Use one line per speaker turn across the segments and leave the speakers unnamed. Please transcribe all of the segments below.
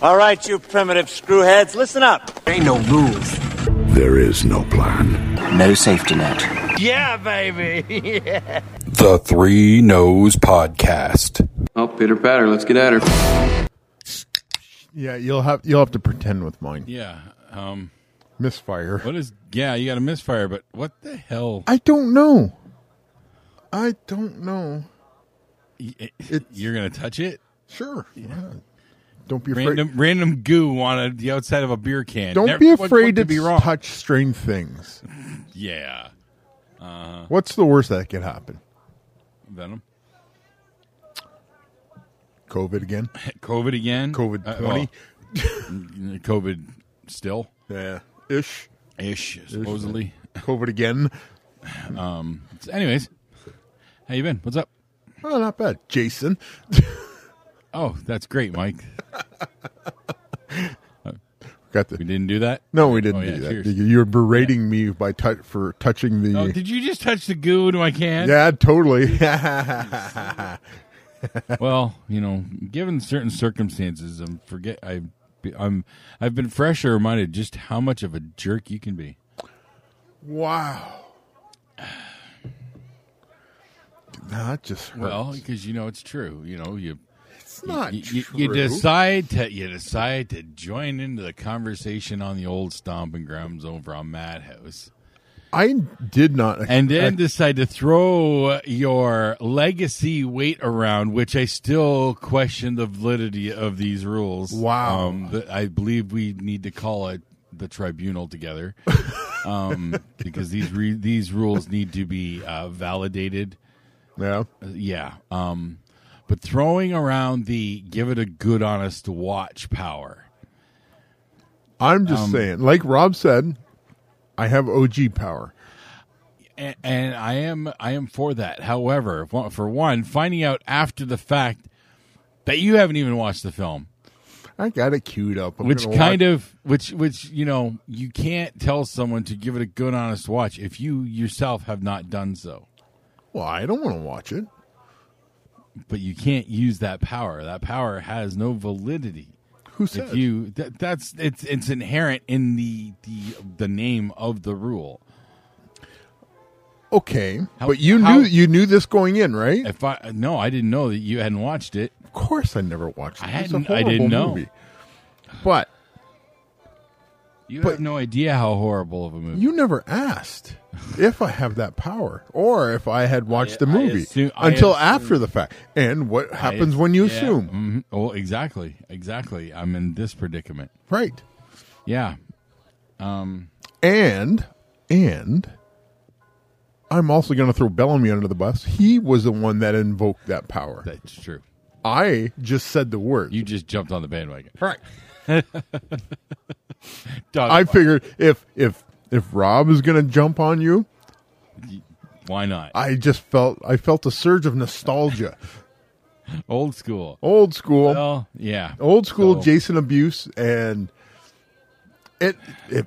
All right, you primitive screwheads, listen up.
Ain't no rules.
There is no plan.
No safety net.
Yeah, baby.
The Three Nose Podcast.
Oh, Peter Patter, let's get at her.
Yeah, you'll have you'll have to pretend with mine.
Yeah. Um,
Misfire.
what is? Yeah, you got a misfire, but what the hell?
I don't know. I don't know.
eh, You're gonna touch it?
Sure. why not? Don't be afraid.
Random, random goo on a, the outside of a beer can.
Don't
Never-
be
what- what
afraid to
could be wrong. Uh-huh.
touch strange things.
Yeah,
What's the worst that could happen?
venom.
COVID again.
COVID again.
COVID
Uh,
twenty.
well, COVID still
Yeah. Ish.
ish supposedly.
COVID again.
So anyways, how you been? What's up?
Oh, not bad. Jason.
Oh, that's great, Mike.
Got the.
We didn't do that.
No, we didn't
Oh, yeah,
do that.
cheers.
You, you were berating me by tou- for touching the.
Oh, did you just touch the goo to my can?
yeah, totally.
Well, you know, given certain circumstances, I'm forget I, I'm I've been freshly reminded just how much of a jerk you can be.
wow. That just hurts.
Well, because you know it's true. You know you
it's not
you, you-
true.
you decide to you decide to join into the conversation on the old stomping grounds over on Madhouse,
I did not.
and then decide to throw your legacy weight around, which I still question the validity of these rules.
Wow.
um, but I believe we need to call it the tribunal together, um, because these re- these rules need to be uh, validated. Uh,
yeah.
Yeah. Um, but throwing around the give it a good, honest watch power.
I'm just
Um,
saying, like Rob said, I have OG power.
And, and I am I am for that. However, for- for one, finding out after the fact that you haven't even watched the film,
I got it queued up. I'm
which
gonna
kind
watch-
of which which you know you can't tell someone to give it a good, honest watch if you yourself have not done so.
Well, I don't want to watch it.
But you can't use that power. That power has no validity.
Who said?
if you that, that's it's it's inherent in the the the name of the rule
okay,
How-
but you
how-
knew you knew this going in, right?
if i no i didn't know that you hadn't watched it
Of course, I never watched. It.
I
It's a
hadn't- I
horrible
didn't know.
movie. But
you
But-
have no idea how horrible of a movie
you never asked if I have that power or if I had watched the movie
assume- I
until
assume-
after the fact. And what happens when you
Yeah.
assume,
Mhm. oh exactly exactly i'm in this predicament
right?
yeah
And and I'm also going to throw Bellamy under the bus. He was the one that invoked that power.
that's true
I just said the word.
you just jumped on the bandwagon
right.
Dog
I
fuck.
figured if if if Rob is going to jump on you,
why not
I just felt I felt a surge of nostalgia.
old school
Old school.
well yeah
old school
So-
Jason abuse and it it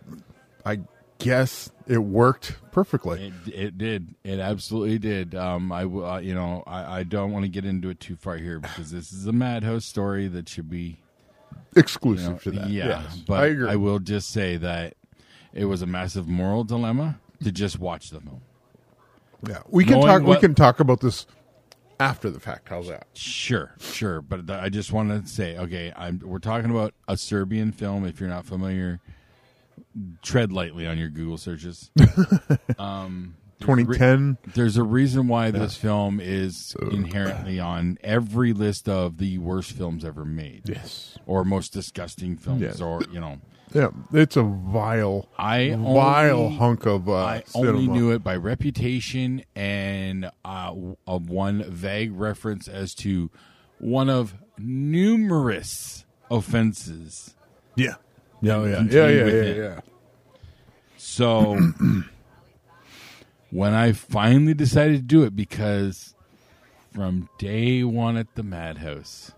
I guess it worked perfectly.
It, it did. It absolutely did. Um, I, w- uh, you know, I, I don't want to get into it too far here because this is a madhouse story that should be, you
Exclusive
know,
to that.
yeah.
Yes.
But
I agree.
will just say that it was a massive moral dilemma to just watch the film.
yeah. We can
Knowing
talk we
what-
can talk about this after the fact. How's that?
Sure, sure, but th- I just want to say, okay, I'm, we're talking about a Serbian film. If you're not familiar, tread lightly on your Google searches.
2010
There's a reason why this film is inherently on every list of the worst films ever made.
Yes.
Or most disgusting films
Yes.
or you know.
Yeah, it's a vile
I
vile
only-
hunk of uh
I only
cinema.
knew it by reputation and uh, w- of one vague reference as to one of numerous offenses.
Yeah. Yeah, yeah, yeah,
continue
yeah,
with
yeah,
it.
yeah.
So when I finally decided to do it, because from day one at the madhouse,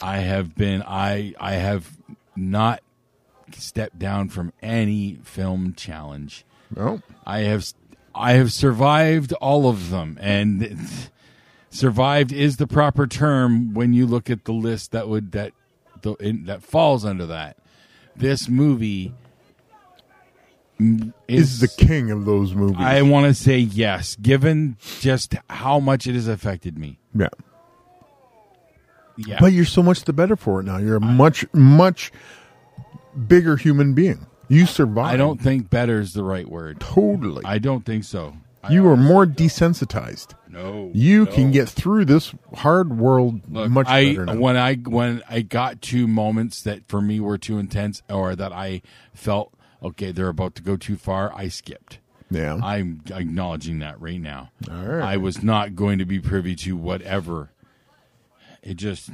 I have been I I have not stepped down from any film challenge.
Well,
I have I have survived all of them, and it's- survived is the proper term when you look at the list that would that the, in, that falls under that. This movie mm,
is the king of those movies.
I want to say yes, given just how much it has affected me.
yeah.
Yeah,
But you're so much the better for it now. You're a much, much bigger human being. You survived.
I don't think better is the right word.
Totally.
I don't think so. I
you are more desensitized.
no.
You
no.
can get through this hard world
Look,
much
I
better now.
when I when I got to moments that for me were too intense or that I felt okay, they're about to go too far. I skipped.
yeah.
I'm acknowledging that right now.
All right.
I was not going to be privy to whatever. It just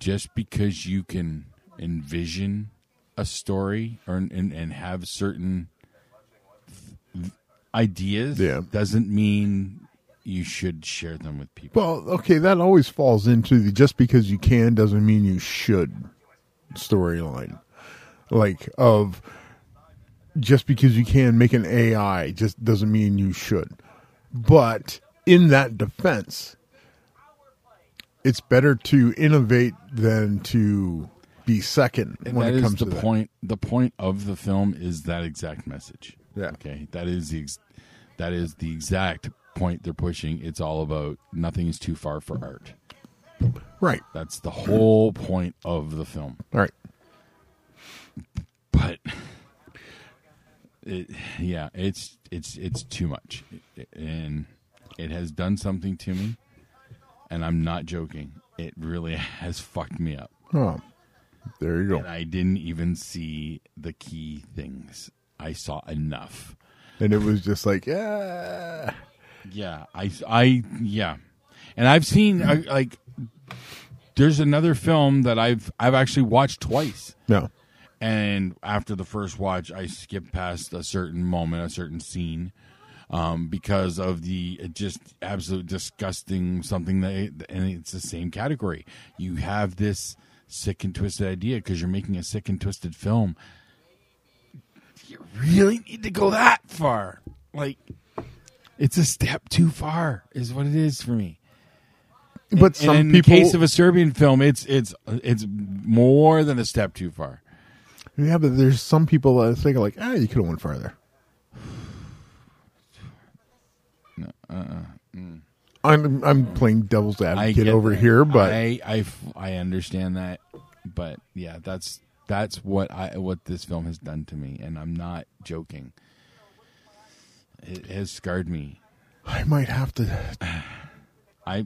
just because you can envision a story or and, and have certain th- ideas
Yeah.
doesn't mean you should share them with people.
well, okay, that always falls into the just because you can doesn't mean you should storyline. Like of just because you can make an AI just doesn't mean you should. But in that defense, it's better to innovate than to be second
And
when
that
it
is
comes
the
to that.
point. The point of the film is that exact message.
Yeah.
Okay. That is the ex- that is the exact point they're pushing. It's all about nothing is too far for art.
Right.
That's the whole point of the film.
All right.
But it, yeah, it's it's it's too much, and it has done something to me, and I'm not joking. It really has fucked me up.
Oh, there you go.
And I didn't even see the key things. I saw enough.
And it was just like, yeah.
Yeah, I, I, yeah, and I've seen I, like there's another film that I've I've actually watched twice,
No.
and after the first watch, I skipped past a certain moment, a certain scene, um, because of the just absolute disgusting something that, and it's the same category. You have this sick and twisted idea because you're making a sick and twisted film. You really need to go that far, like. It's a step too far, is what it is for me.
But some
and in
people,
the case of a Serbian film, it's it's it's more than a step too far.
yeah, but there's some people that think like, ah, you could have went farther. I'm I'm playing devil's
uh-uh. Mm. I
advocate
get
over
that.
here, but
I, I f- I understand that, but yeah, that's that's what I what this film has done to me, and I'm not joking. It has scarred me.
I might have to.
I,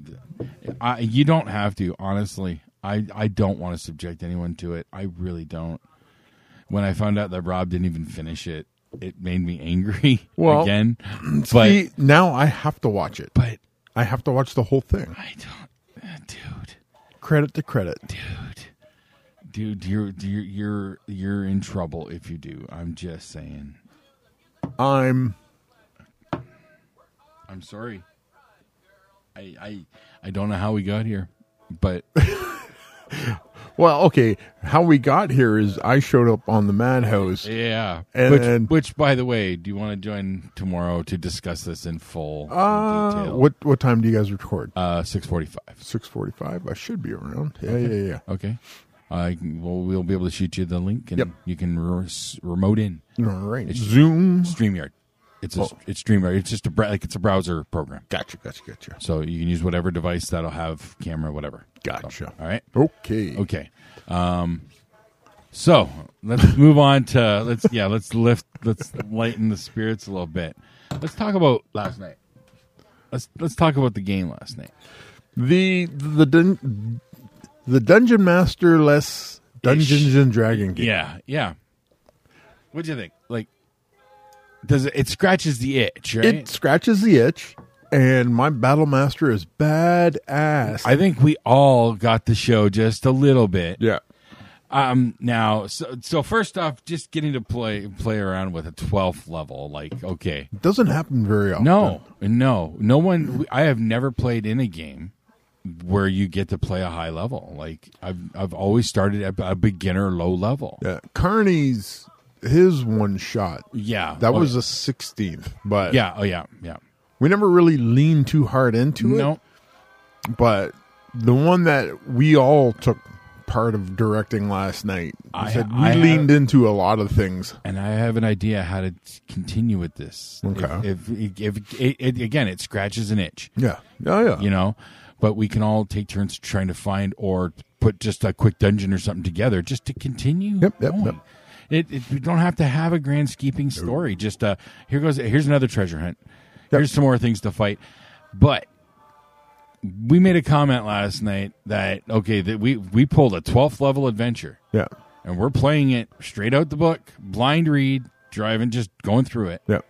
I you don't have to honestly. I I don't want to subject anyone to it. I really don't. When I found out that Rob didn't even finish it, it made me angry
Well,
again. But
See, now I have to watch it.
but
I have to watch the whole thing,
I don't, uh, dude,
credit to credit.
dude, dude. You're you're you're you're in trouble if you do. I'm just saying.
I'm
I'm sorry. I I I don't know how we got here, but
well, okay. How we got here is I showed up on the madhouse.
Yeah.
And-
which,
and-
which, by the way, do you want to join tomorrow to discuss this in full
Uh,
detail?
what what time do you guys record?
Uh, six forty-five.
Six forty-five. I should be around. Yeah, yeah, yeah.
Okay. I can- well, we'll be able to shoot you the link, and
Yep.
you can re- s- remote in
All right.
It's-
Zoom.
Streamyard. It's a,
Oh.
it's Streamyard. It's just a br- like it's a browser program,
Gotcha, gotcha, gotcha.
so you can use whatever device that'll have camera, whatever.
Gotcha.
All right.
Okay.
Okay. Um, so let's move on to let's yeah let's lift let's lighten the spirits a little bit. Let's talk about last night. Let's let's talk about the game last night.
The the dun- the dungeon master less Dungeons and Dragon game.
Yeah, yeah. What do you think? Like, does it, it scratches the itch? Right?
It scratches the itch, and my battle master is badass.
I think we all got the show just a little bit.
yeah.
Um. Now, so so first off, just getting to play play around with a twelfth level. Like, okay,
Doesn't happen very often.
No, no, no one. I have never played in a game where you get to play a high level. Like I've, I've always started at a beginner low level.
Yeah. Carney's his one shot.
Yeah,
That
Oh,
was a sixteenth, but
yeah, oh yeah, yeah.
we never really leaned too hard into it.
No,
But the one that we all took part of directing last night. I
I-
said we
I have-
leaned into a lot of things.
and I have an idea how to t- continue with this.
Okay.
If, if, if it, it, again, it scratches an itch,
Yeah. Oh yeah.
you know, but we can all take turns trying to find or put just a quick dungeon or something together just to continue
Yep, yep,
going.
yep.
It, it, we don't have to have a grand skeeping story. Just uh, here goes. Here's another treasure hunt. Here's some more things to fight. But we made a comment last night that okay that we we pulled a 12th level adventure
yeah.
and we're playing it straight out the book, blind read, driving, just going through it,
Yeah.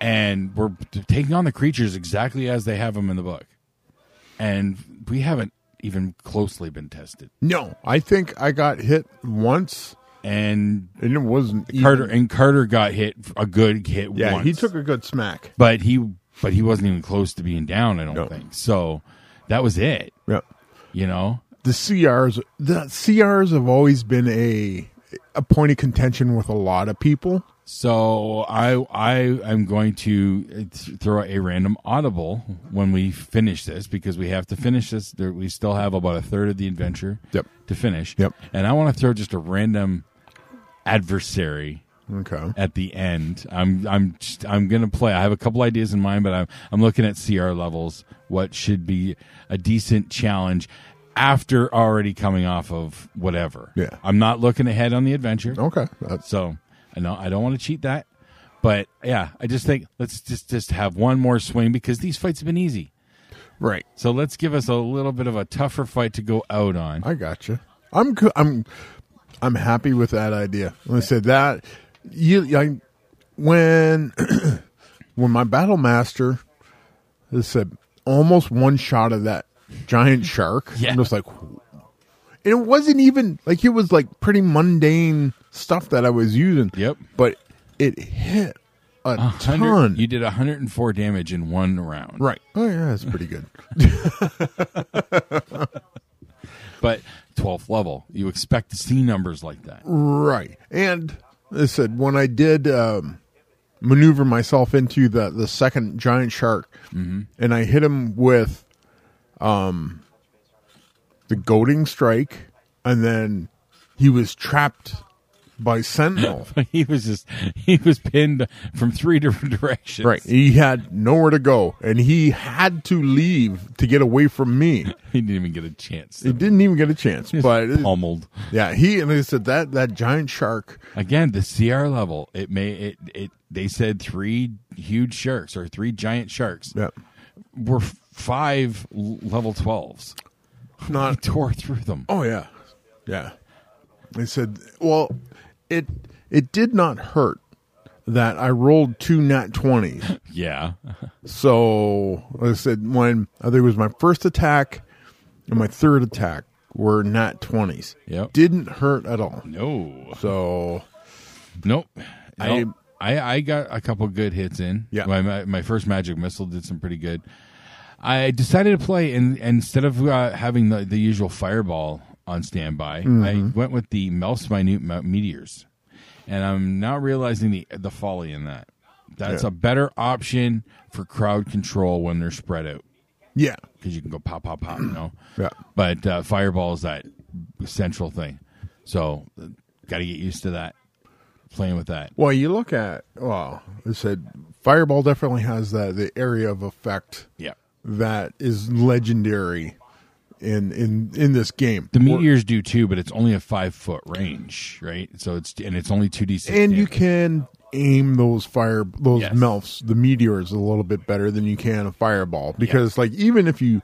and we're t- taking on the creatures exactly as they have them in the book, and we haven't even closely been tested.
No, I think I got hit once,
And
and it wasn't even-
Carter and Carter got hit a good hit.
Yeah,
once,
he took a good smack.
but he but he wasn't even close to being down. I don't
No.
think so. That was it.
Yeah.
You know,
The CRs, the CRs have always been a a point of contention with a lot of people.
So I I am going to uh, th- throw a random audible when we finish this because we have to finish this. There, we still have about a third of the adventure
Yep.
to finish.
Yep.
And I want to throw just a random adversary
Okay.
at the end. I'm I'm just, I'm gonna play. I have a couple ideas in mind, but I'm I'm looking at CR levels. What should be a decent challenge after already coming off of whatever.
Yeah.
I'm not looking ahead on the adventure.
Okay. That's
So I know I don't want to cheat that, but yeah, I just think let's just just have one more swing because these fights have been easy.
right.
So let's give us a little bit of a tougher fight to go out on.
I gotcha. I'm good. I'm I'm happy with that idea. When I said that, you I, when when my battle master said almost one shot of that giant shark.
Yeah.
I'm just like, and it wasn't even like it was like pretty mundane stuff that I was using.
Yep.
but it hit a
100
ton.
You did 104 damage in one round.
right? Oh yeah, that's pretty good.
But 12th level, you expect to see numbers like that.
Right. And I said when I did um, maneuver myself into the the second giant shark, and I hit him with um, the goading strike, and then he was trapped by sentinel.
he was just he was pinned from three different directions.
Right. He had nowhere to go, and he had to leave to get away from me.
He didn't even get a chance.
He didn't even get a chance.
Just
But
pummeled.
yeah, he and I said that that giant shark.
Again, the CR level, it may it it they said three huge sharks or three giant sharks.
Yeah.
were f- five l- level 12s. I
Not
tore through them.
Uh, Oh yeah, yeah. They said, well, it it did not hurt that I rolled two nat twenties.
Yeah.
so I said when I think it was my first attack and my third attack were nat twenties.
Yep.
didn't hurt at all.
No.
So
Nope.
I-
I I, I got a couple good hits in.
Yeah.
My, my my first magic missile did some pretty good. I decided to play and and instead of uh, having the, the usual fireball on standby,
Mm-hmm.
I went with the Melf's minute me- meteors, and I'm now realizing the the folly in that. That's
Yeah.
a better option for crowd control when they're spread out.
yeah,
because you can go pop, pop, pop. You know.
Yeah.
But uh, fireball is that central thing, so got to get used to that. Playing with that,
well, you look at well, I said fireball definitely has that the area of effect
yeah.
that is legendary in in in this game.
The
Where-
meteors do too, but it's only a five foot range, right? So it's and it's only two d six.
and you can aim those fire those
Yes.
melfs the meteors a little bit better than you can a fireball because like even if you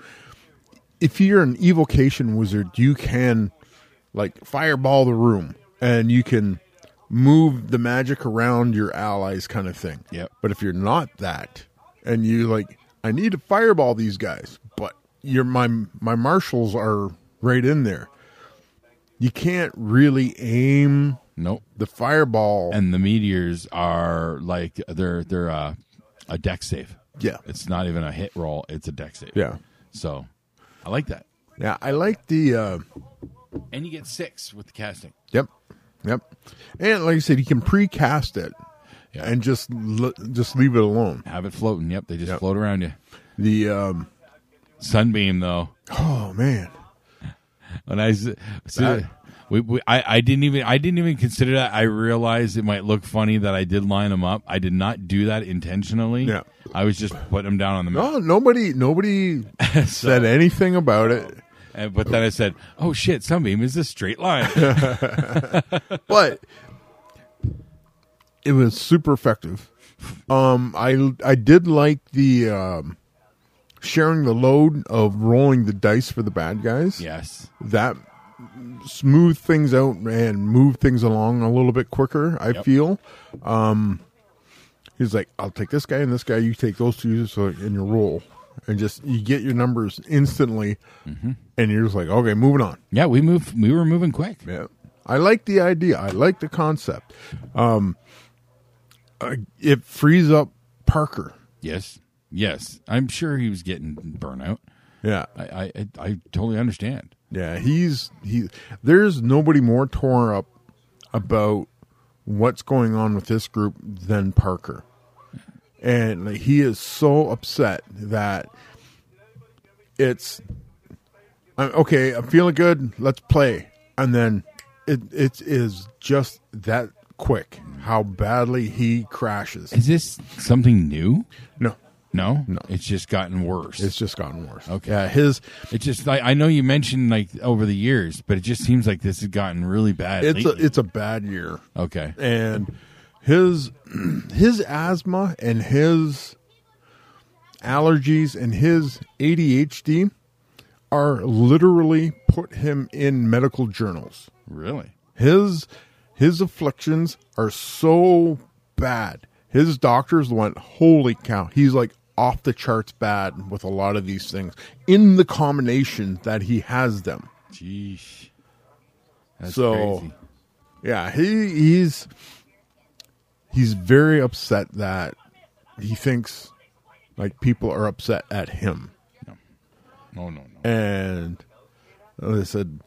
if you're an evocation wizard you can like fireball the room and you can move the magic around your allies kind of thing
Yep.
but if you're not that and you like i need to fireball these guys but your my my marshals are right in there you can't really aim
nope.
the fireball
And the meteors are like they're they're uh, a deck save.
Yeah.
It's not even a hit roll; it's a deck save.
Yeah.
So, I like that.
Yeah, I like the uh
And you get six with the casting.
yep. Yep. And like I said, you can pre-cast it
Yeah.
and just l- just leave it alone.
Have it floating. Yep, they just
Yep.
float around you.
The um
Sunbeam though.
oh man.
When I s- so- we, we, I, I didn't even I didn't even consider that. I realized it might look funny that I did line them up. I did not do that intentionally.
Yeah.
I was just putting them down on the map.
No, nobody, nobody said anything about it.
And- Uh, But then I said, "Oh shit, sunbeam is a straight line."
but it was super effective. Um, I I did like the um, sharing the load of rolling the dice for the bad guys.
yes.
that smooth things out and move things along a little bit quicker. I feel. Um, he's like, I'll take this guy and this guy. You take those two, so in your roll, and just you get your numbers instantly, and you're just like, okay, moving on.
Yeah, we moved. We were moving quick.
Yeah. I like the idea. I like the concept. Um, uh, it frees up Parker.
Yes. Yes. I'm sure he was getting burnout.
Yeah.
I I, I, I totally understand.
Yeah. He's, he, there's nobody more torn up about what's going on with this group than Parker. And like, he is so upset that it's, I'm, okay, I'm feeling good. Let's play. And then it, it is just that quick how badly he crashes.
Is this something new?
No,
No. No. It's just gotten worse.
it's just gotten worse.
Okay.
Yeah, his
It just like I know you mentioned like over the years, but it just seems like this has gotten really bad.
it's a,
lately.
it's a bad year,
okay.
and his his asthma and his allergies and his ADHD are literally put him in medical journals.
Really?
His his afflictions are so bad. His doctors went, holy cow, he's like off the charts bad with a lot of these things in the combination that he has them.
Jeez. That's
So-
crazy.
Yeah, he he's he's very upset that he thinks like people are upset at him.
Oh, No, no, no.
And like I said,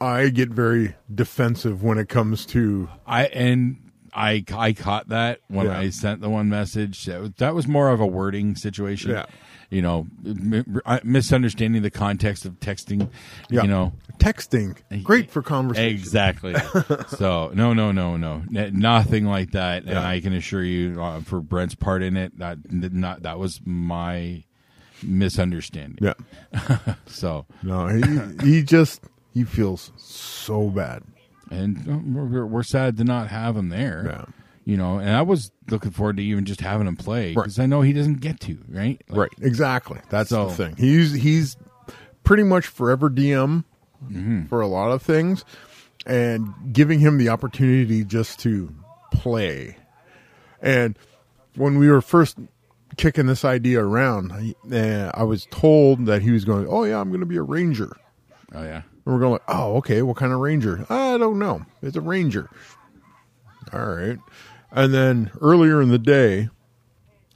I get very defensive when it comes to
I and I I caught that when
Yeah.
I sent the one message. That was, that was more of a wording situation.
Yeah.
You know, mi- I- misunderstanding the context of texting.
yeah,
You know.
texting. Great for conversation.
Exactly. so no, no, no, no, N- nothing like that. And I can assure you, uh, for Brent's part in it, that did not that was my misunderstanding.
Yeah.
So
No, he he just he feels so bad.
and uh, we're- we're, we're sad to not have him there.
Yeah.
You know, and I was looking forward to even just having him play because I know he doesn't get to right. Like,
Exactly. That's
So-
the thing. He's he's pretty much forever DM
Mm-hmm.
for a lot of things and giving him the opportunity just to play. And when we were first kicking this idea around, I, eh, I was told that he was going, "Oh yeah, I'm going to be a ranger."
Oh yeah.
And we're going, oh, okay, what kind of ranger? I don't know. It's a ranger. All right. And then earlier in the day,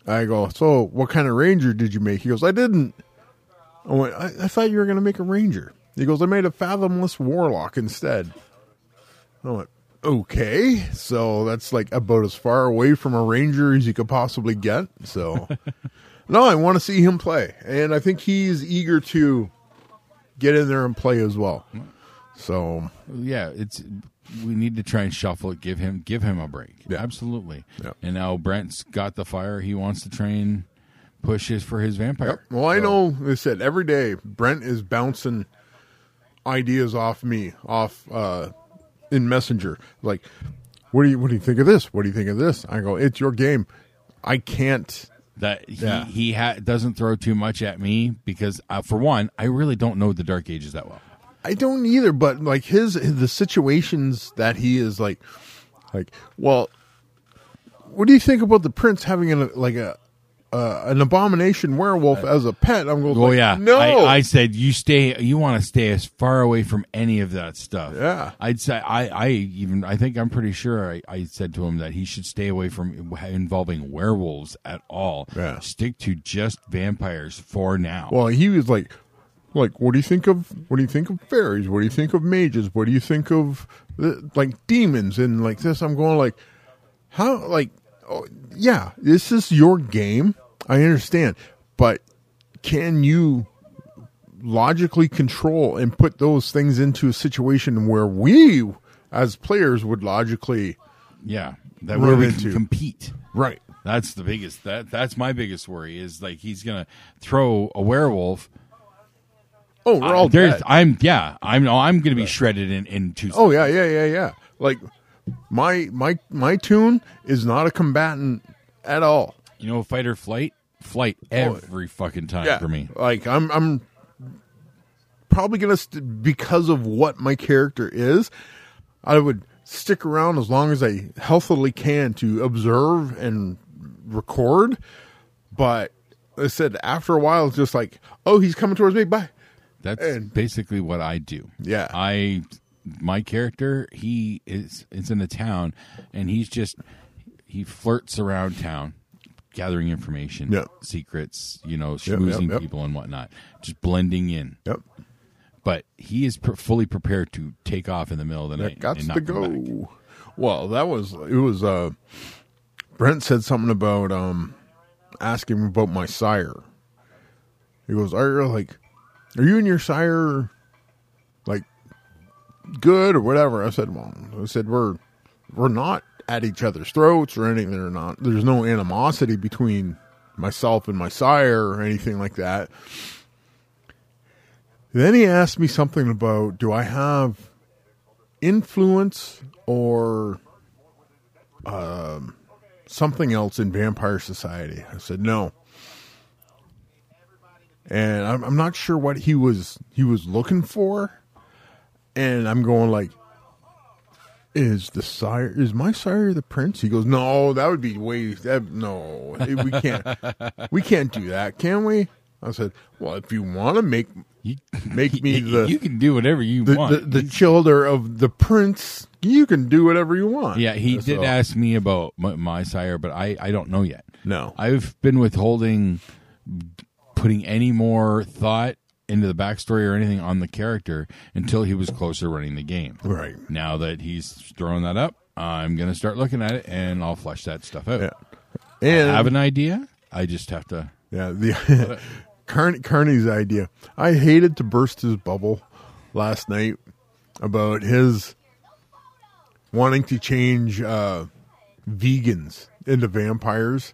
I go, so what kind of ranger did you make? He goes, I didn't. I went, I, I thought you were going to make a ranger. He goes, I made a fathomless warlock instead. I went, okay. So that's like about as far away from a ranger as you could possibly get. So, no, I want to see him play. And I think he's eager to get in there and play as well. So
yeah, it's we need to try and shuffle it. Give him give him a break.
Yeah.
Absolutely.
Yeah.
And now Brent's got the fire. He wants to train pushes for his vampire.
Well, I
So-
know they said every day Brent is bouncing ideas off me, off uh, in Messenger. Like, what do you what do you think of this? What do you think of this? I go, it's your game. I can't.
that he
Yeah.
he ha- doesn't throw too much at me because uh, for one, I really don't know the Dark Ages that well.
I don't either. But like his the situations that he is like, like, well, what do you think about the prince having an like a uh, an abomination werewolf as a pet? I'm going.
Oh
like,
yeah,
no.
I, I said you stay. You want to stay as far away from any of that stuff.
Yeah.
I'd say I. I even. I think I'm pretty sure I, I said to him that he should stay away from involving werewolves at all.
Yeah.
Stick to just vampires for now.
Well, he was like, like, what do you think of what do you think of fairies? What do you think of mages? What do you think of the, like demons and like this? I'm going like, how like, oh, yeah, this is your game. I understand, but can you logically control and put those things into a situation where we as players would logically
Yeah, that
Run
where we
into.
can compete.
right
That's the biggest. That that's my biggest worry is like he's gonna throw a werewolf.
oh we're all
Uh, There's-
dead.
I'm yeah. I'm no. I'm gonna be shredded in in two.
oh yeah yeah yeah yeah like my my my tune is not a combatant at all
You know, fight or flight, flight
Oh,
every fucking time for me.
Like I'm I'm probably gonna st- because of what my character is, I would stick around as long as I healthily can to observe and record. But I said after a while, it's just like, oh, he's coming towards me. Bye.
That's
And-
basically what I do.
Yeah.
I my character he is is in the town and he's just he flirts around town gathering information,
Yeah.
secrets, you know,
yep,
schmoozing
yep.
people and whatnot, just blending in.
Yep,
But he is pre- fully prepared to take off in the middle of the
that
night.
got
and not
to
come back.
go. Well, that was it. Was uh, Brent said something about um, asking about my sire. He goes, "Are you like, are you and your sire like good or whatever?" I said, "Well, I said we're we're not at each other's throats or anything. Or not. There's no animosity between myself and my sire or anything like that." Then he asked me something about, "Do I have influence or?" um, something else in Vampire Society. I said no, and I'm, I'm not sure what he was he was looking for. And I'm going like, is the sire is my sire the prince? He goes, no, that would be way that no, it- we can't we can't do that, can we? I said, well, if you want to make
You-
make me the
you can do whatever you
the,
want.
the, the childer of the prince, you can do whatever you want.
Yeah, he
So-
did ask me about my, my sire, but I, I don't know yet.
No.
I've been withholding putting any more thought into the backstory or anything on the character until he was closer running the game.
Right.
Now that he's throwing that up, I'm going to start looking at it and I'll flesh that stuff out.
Yeah. And
I have an idea. I just have to.
Yeah, the Carn- Carney's idea. I hated to burst his bubble last night about his wanting to change uh, vegans into vampires.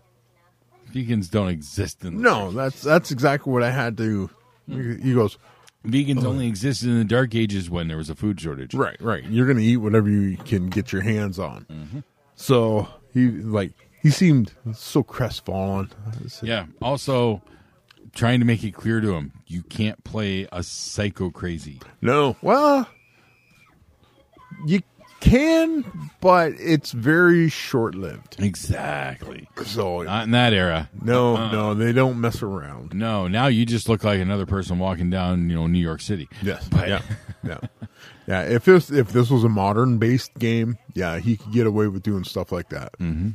Vegans don't exist in the
No, that's that's exactly what I had to. He goes,
Vegans only existed in the dark ages when there was a food shortage.
right, right. You're gonna eat whatever you can get your hands on.
Mm-hmm.
So he like he seemed so crestfallen. I said,
Yeah. Also, trying to make it clear to him, you can't play a psycho crazy.
No. Well, you can, but it's very short lived.
Exactly.
So uh-huh.
Not in that era.
no, no, they don't mess around.
No. Now you just look like another person walking down, you know, New York City.
Yes.
But
yeah. Yeah. Yeah. If this if this was a modern based game, yeah, he could get away with doing stuff like that. Mm-hmm.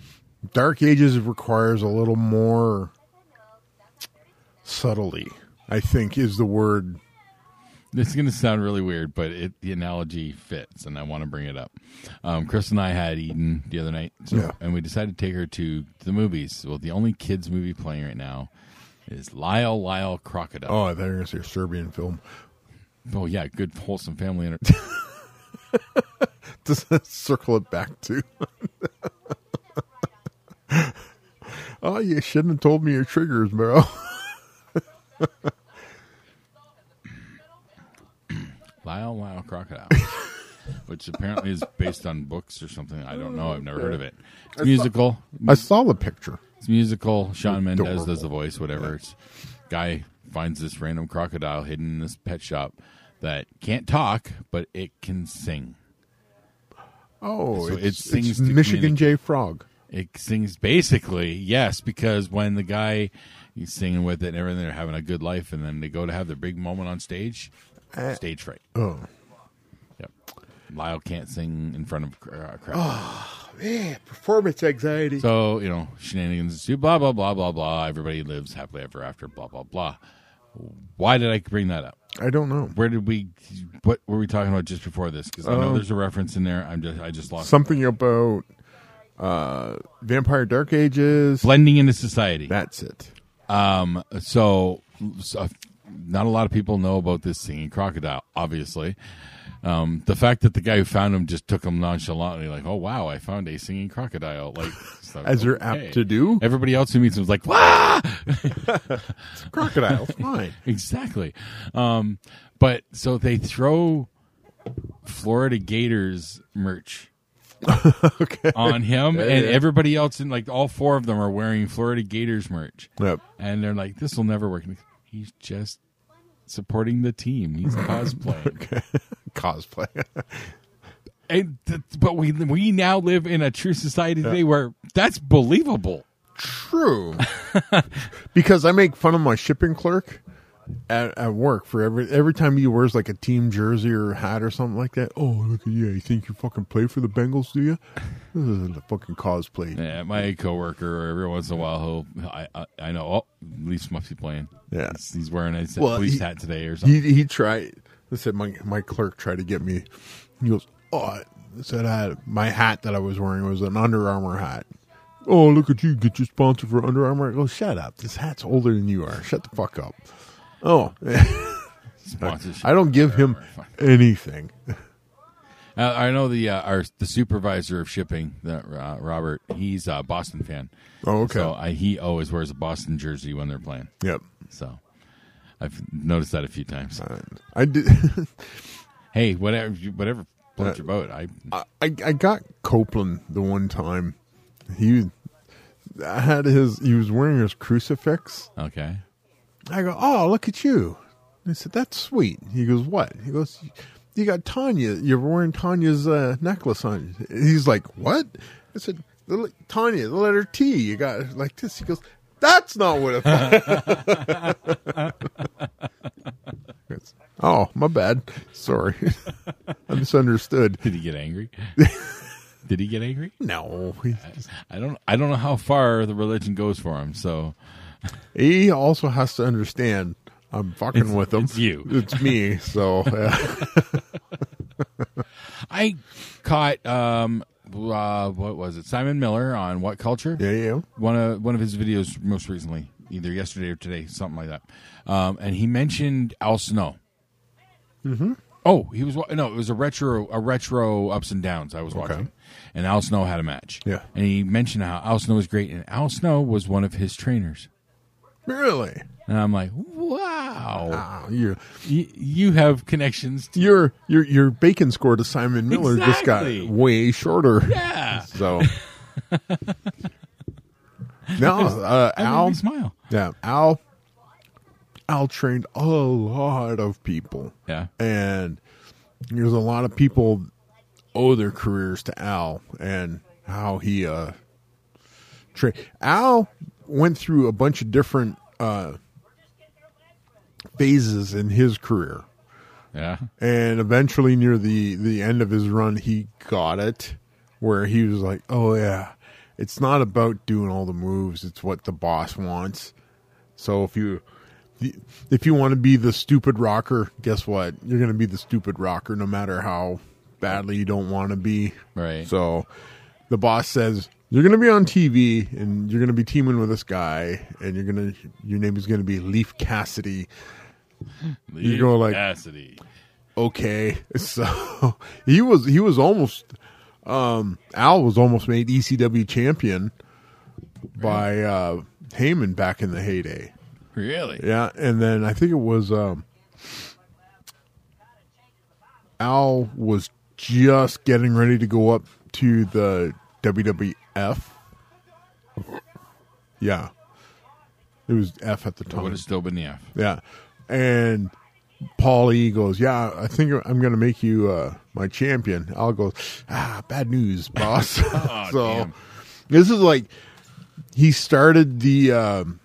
Dark Ages requires a little more subtlety. I think is the word.
This is going to sound really weird, but it, the analogy fits, and I want to bring it up. Um, Chris and I had eaten the other night, so,
Yeah.
and we decided to take her to the movies. Well, the only kids movie playing right now is Lyle Lyle Crocodile.
Oh, I thought you were going to say Serbian film.
oh yeah, good wholesome family. Inter-
Just circle it back to. oh, you shouldn't have told me your triggers, bro.
Lyle Lyle Crocodile, which apparently is based on books or something. I don't know. I've never heard of it. It's musical.
I saw the picture.
It's musical. Sean Mendez
Adorable.
does the voice. Whatever. It's guy finds this random crocodile hidden in this pet shop that can't talk, but it can sing.
Oh,
So it
it's,
sings
it's
to
Michigan
communicate.
J Frog.
It sings basically, yes, because when the guy he's singing with it and everything, they're having a good life, and then they go to have their big moment on stage, stage fright.
Oh,
Yep. Lyle can't sing in front of a cr- a crowd.
man, performance anxiety.
So, you know, shenanigans ensue, blah, blah, blah, blah, blah. Everybody lives happily ever after, blah, blah, blah. Why did I bring that up?
I don't know.
Where did we, what were we talking about just before this? Because
Um,
I know there's a reference in there. I'm just, I just lost
Something about uh, Vampire Dark Ages.
blending into society.
That's it.
Um, so, so not a lot of people know about this singing crocodile, obviously. Um, the fact that the guy who found him just took him nonchalantly, like, oh, wow, I found a singing crocodile. Like, so,
As you're
okay.
apt to do.
Everybody else who meets him is like, "Wah!"
Crocodiles, fine.
exactly. Um, but so they throw Florida Gators merch on him, and everybody else in like all four of them are wearing Florida Gators merch,
Yep.
and they're like, "This will never work." And He's just supporting the team. He's cosplaying,
Cosplay.
and th- but we we now live in a true society today where that's believable.
True. because I make fun of my shipping clerk at, at work for every every time he wears like a team jersey or hat or something like that. Oh, look at you. You think you fucking play for the Bengals, do you? This is a fucking cosplay.
Yeah, my coworker every once in a while he'll I I, I know oh Leafs must be playing.
Yeah.
He's, he's wearing a
Well,
police
he-
hat today or something.
He he tried. I said my my clerk tried to get me. He goes, oh, I said I had, my hat that I was wearing was an Under Armour hat. Oh, look at you! Get your sponsor for Under Armour. I go, shut up. This hat's older than you are. Shut the fuck up. Oh,
Sponsorship.
I don't give him anything.
Uh, I know the uh, our the supervisor of shipping that uh, Robert he's a Boston fan.
Oh, okay.
So I, he always wears a Boston jersey when they're playing.
Yep.
So I've noticed that a few times.
Uh. I did.
Hey, whatever whatever
Uh.
floats your boat. I
I I got Copeland the one time. He, I had his. He was wearing his crucifix.
okay.
I go, oh, look at you. I said, that's sweet. He goes, what? He goes, you got Tanya. You're wearing Tanya's uh, necklace on. you." He's like, what? I said, the, le- Tanya, the letter T. You got it like this. He goes, that's not what I thought. It's, oh, my bad. Sorry. I misunderstood.
Did he get angry? Did he get angry?
No. He,
I don't I don't know how far the religion goes for him. So
he also has to understand I'm fucking
It's-
with him.
it's you.
It's me. So, uh,
I caught um uh, what was it Simon Miller on What Culture?
yeah, yeah.
one of one of his videos most recently, either yesterday or today, something like that. Um, and he mentioned Al Snow. Mm-hmm.
Mm-hmm.
Oh, he was wa- no, it was a retro a retro ups and downs. I was watching, and Al Snow had a match.
Yeah.
and he mentioned how Al Snow was great, and Al Snow was one of his trainers.
Really?
And I'm like, wow,
Wow, you
y- you have connections. to
your your your bacon score to Simon Miller
Exactly.
just got way shorter.
Yeah,
So no, uh,
That made me
Al,
smile.
yeah, Al, Al trained a lot of people,
Yeah,
and there's a lot of people owe their careers to Al and how he uh tra- Al went through a bunch of different uh phases in his career
yeah.
and eventually near the the end of his run he got it where he was like oh yeah it's not about doing all the moves it's what the boss wants so if you if you want to be the stupid rocker guess what you're going to be the stupid rocker no matter how badly you don't want to be
Right.
so the boss says you're going to be on TV and you're going to be teaming with this guy and you're going to your name is going to be Leaf Cassidy you go like-
Cassidy.
okay. So he was he was almost um Al was almost made ECW champion by uh Heyman back in the heyday.
Really?
Yeah, and then I think it was um Al was just getting ready to go up to the WWF. Yeah. It was F at the
I
time.
would have still been the F.
Yeah. And Paul E goes, Yeah, I think I'm going to make you uh, my champion. I'll go, Ah, bad news, boss. so
Oh, damn.
this is like he started the um,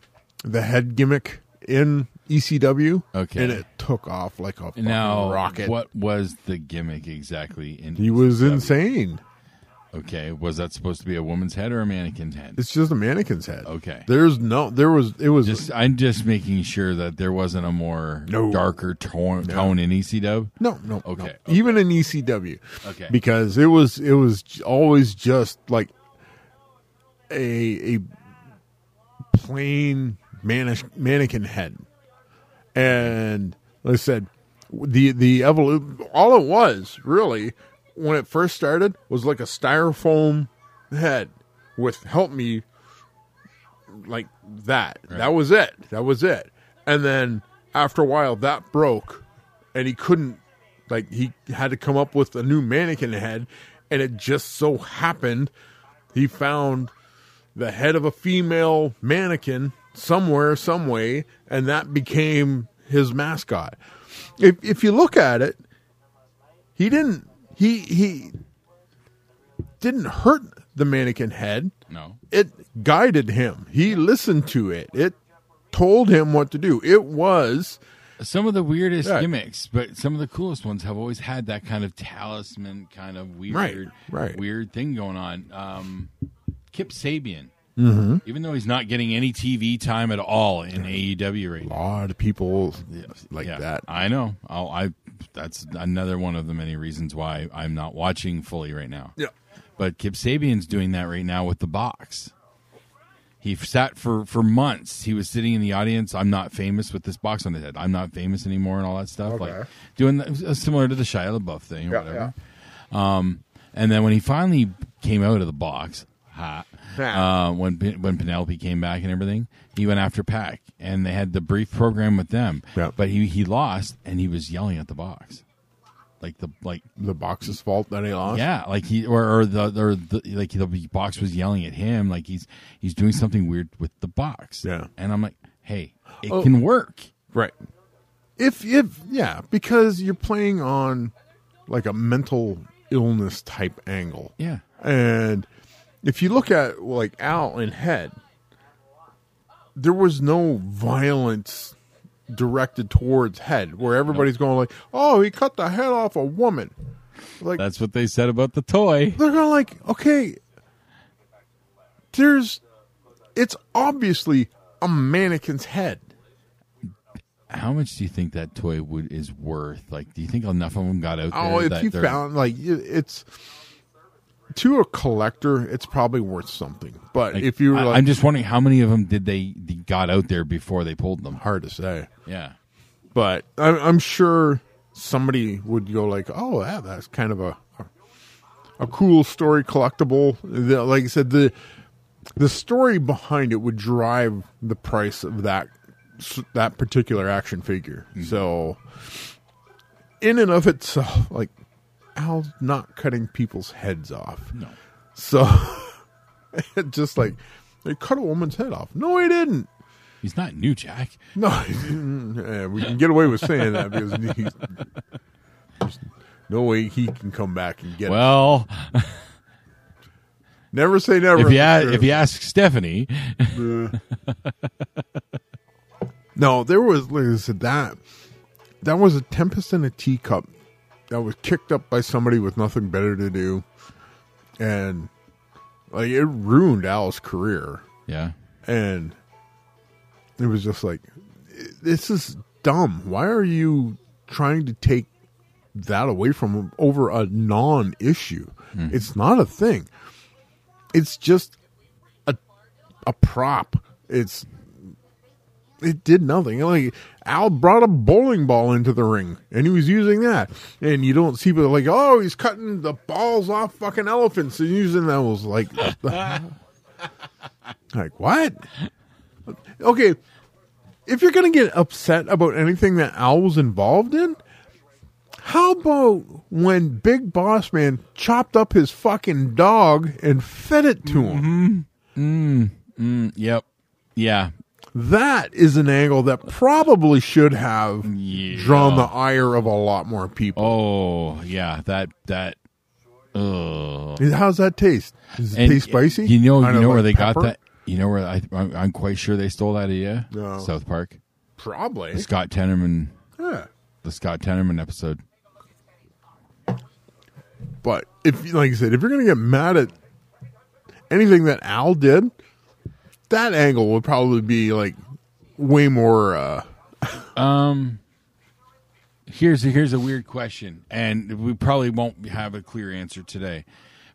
the head gimmick in ECW.
Okay.
And it took off like a fucking
Now,
rocket.
what E was the gimmick exactly? In
He was
ECW?
insane.
Okay, was that supposed to be a woman's head or a mannequin's head?
It's just a mannequin's head.
Okay.
There's no, there was, it was,
Just, I'm just making sure that there wasn't a more
No.
darker tone, tone in E ECW.
No, no,
Okay,
no.
okay.
Even in E ECW,
Okay.
because it was it was j- always just like a a plain mannish, mannequin head, and like I said, the the evolution. All it was really when it first started was like a styrofoam head with "Help me," like that. That was it. That was it. And then after a while, that broke, and he couldn't. Like he had to come up with a new mannequin head, and it just so happened he found the head of a female mannequin somewhere, some way, and that became his mascot. If if you look at it, he didn't he he didn't hurt the mannequin head.
No.
It guided him. He listened to it. It told him what to do. It was
Some of the weirdest
Yeah.
gimmicks, but some of the coolest ones have always had that kind of talisman, kind of weird,
right.
weird thing going on. Um, Kip Sabian,
Mm-hmm.
even though he's not getting any TV time at all in AEW right
a
now,
lot of people like
Yeah,
that.
I know. I'll, I that's another one of the many reasons why I'm not watching fully right now.
Yeah.
But Kip Sabian's doing that right now with the box. He f- sat for for months. He was sitting in the audience. I'm not famous with this box on his head. I'm not famous anymore, and all that stuff. Like doing the, uh, similar to the Shia LaBeouf thing or whatever. Um, and then when he finally came out of the box, ha, uh, when Pe- when Penelope came back and everything, he went after Pack, and they had the brief program with them.
Yeah.
But he he lost, and he was yelling at the box, like the like
The box's fault that he lost.
yeah, like he or, or the or the like the box was yelling at him, like he's he's doing something weird with the box.
Yeah.
and I'm like, hey, it
Oh.
can work.
Right. If if yeah, because you're playing on like a mental illness type angle.
Yeah,
And if you look at like Al and Head, there was no violence directed towards Head where everybody's going like, "Oh, he cut the head off a woman." Like
that's what they said about the toy.
they're going like, "Okay, there's it's obviously a mannequin's head."
How much do you think that toy would is worth? Like, do you think enough of them got out there?
Oh, if
that
you
they're-
found like y- it's to a collector, it's probably worth something. But
like,
if you were
I,
like,
I'm just wondering how many of them did they, they got out there before they pulled them?
hard to say.
Yeah,
But I'm, I'm sure somebody would go like, "Oh, yeah, that's kind of a a, a cool story collectible." The, like I said, the the story behind it would drive the price of that s- that particular action figure. So, in and of itself, like Al's not cutting people's heads off.
no,
So just like they cut a woman's head off. No, he didn't.
he's not new, Jack.
No, he didn't. Yeah, we can get away with saying that because he, there's no way he can come back and get it.
Well,
Never say never.
if you a-
Sure.
if you ask Stephanie,
no, there was like I said that that was a tempest in a teacup that was kicked up by somebody with nothing better to do, and like it ruined Al's career.
yeah,
and it was just like this is dumb why are you trying to take that away from him over a non-issue it's not a thing it's just a a prop it's it did nothing like al brought a bowling ball into the ring and he was using that and you don't see but like oh he's cutting the balls off fucking elephants and using that was like Like, what? Okay. If you're going to get upset about anything that Al was involved in, how about when Big Boss Man chopped up his fucking dog and fed it to him?
Mm-hmm. yep, yeah,
That is an angle that probably should have
Yeah.
drawn the ire of a lot more people.
Oh yeah, that that. Ugh.
How's that taste? Does it
Oh. And
taste spicy?
You know,
Kinda
you know where
like
they
pepper?
got that. You know where I, I'm, I'm quite sure they stole that idea.
No.
South Park,
Probably.
the Scott Tenorman,
Yeah.
the Scott Tenorman episode.
But if, like I said, if you're going to get mad at anything that Al did, that angle would probably be like way more. uh
Here's a, here's a weird question, and we probably won't have a clear answer today.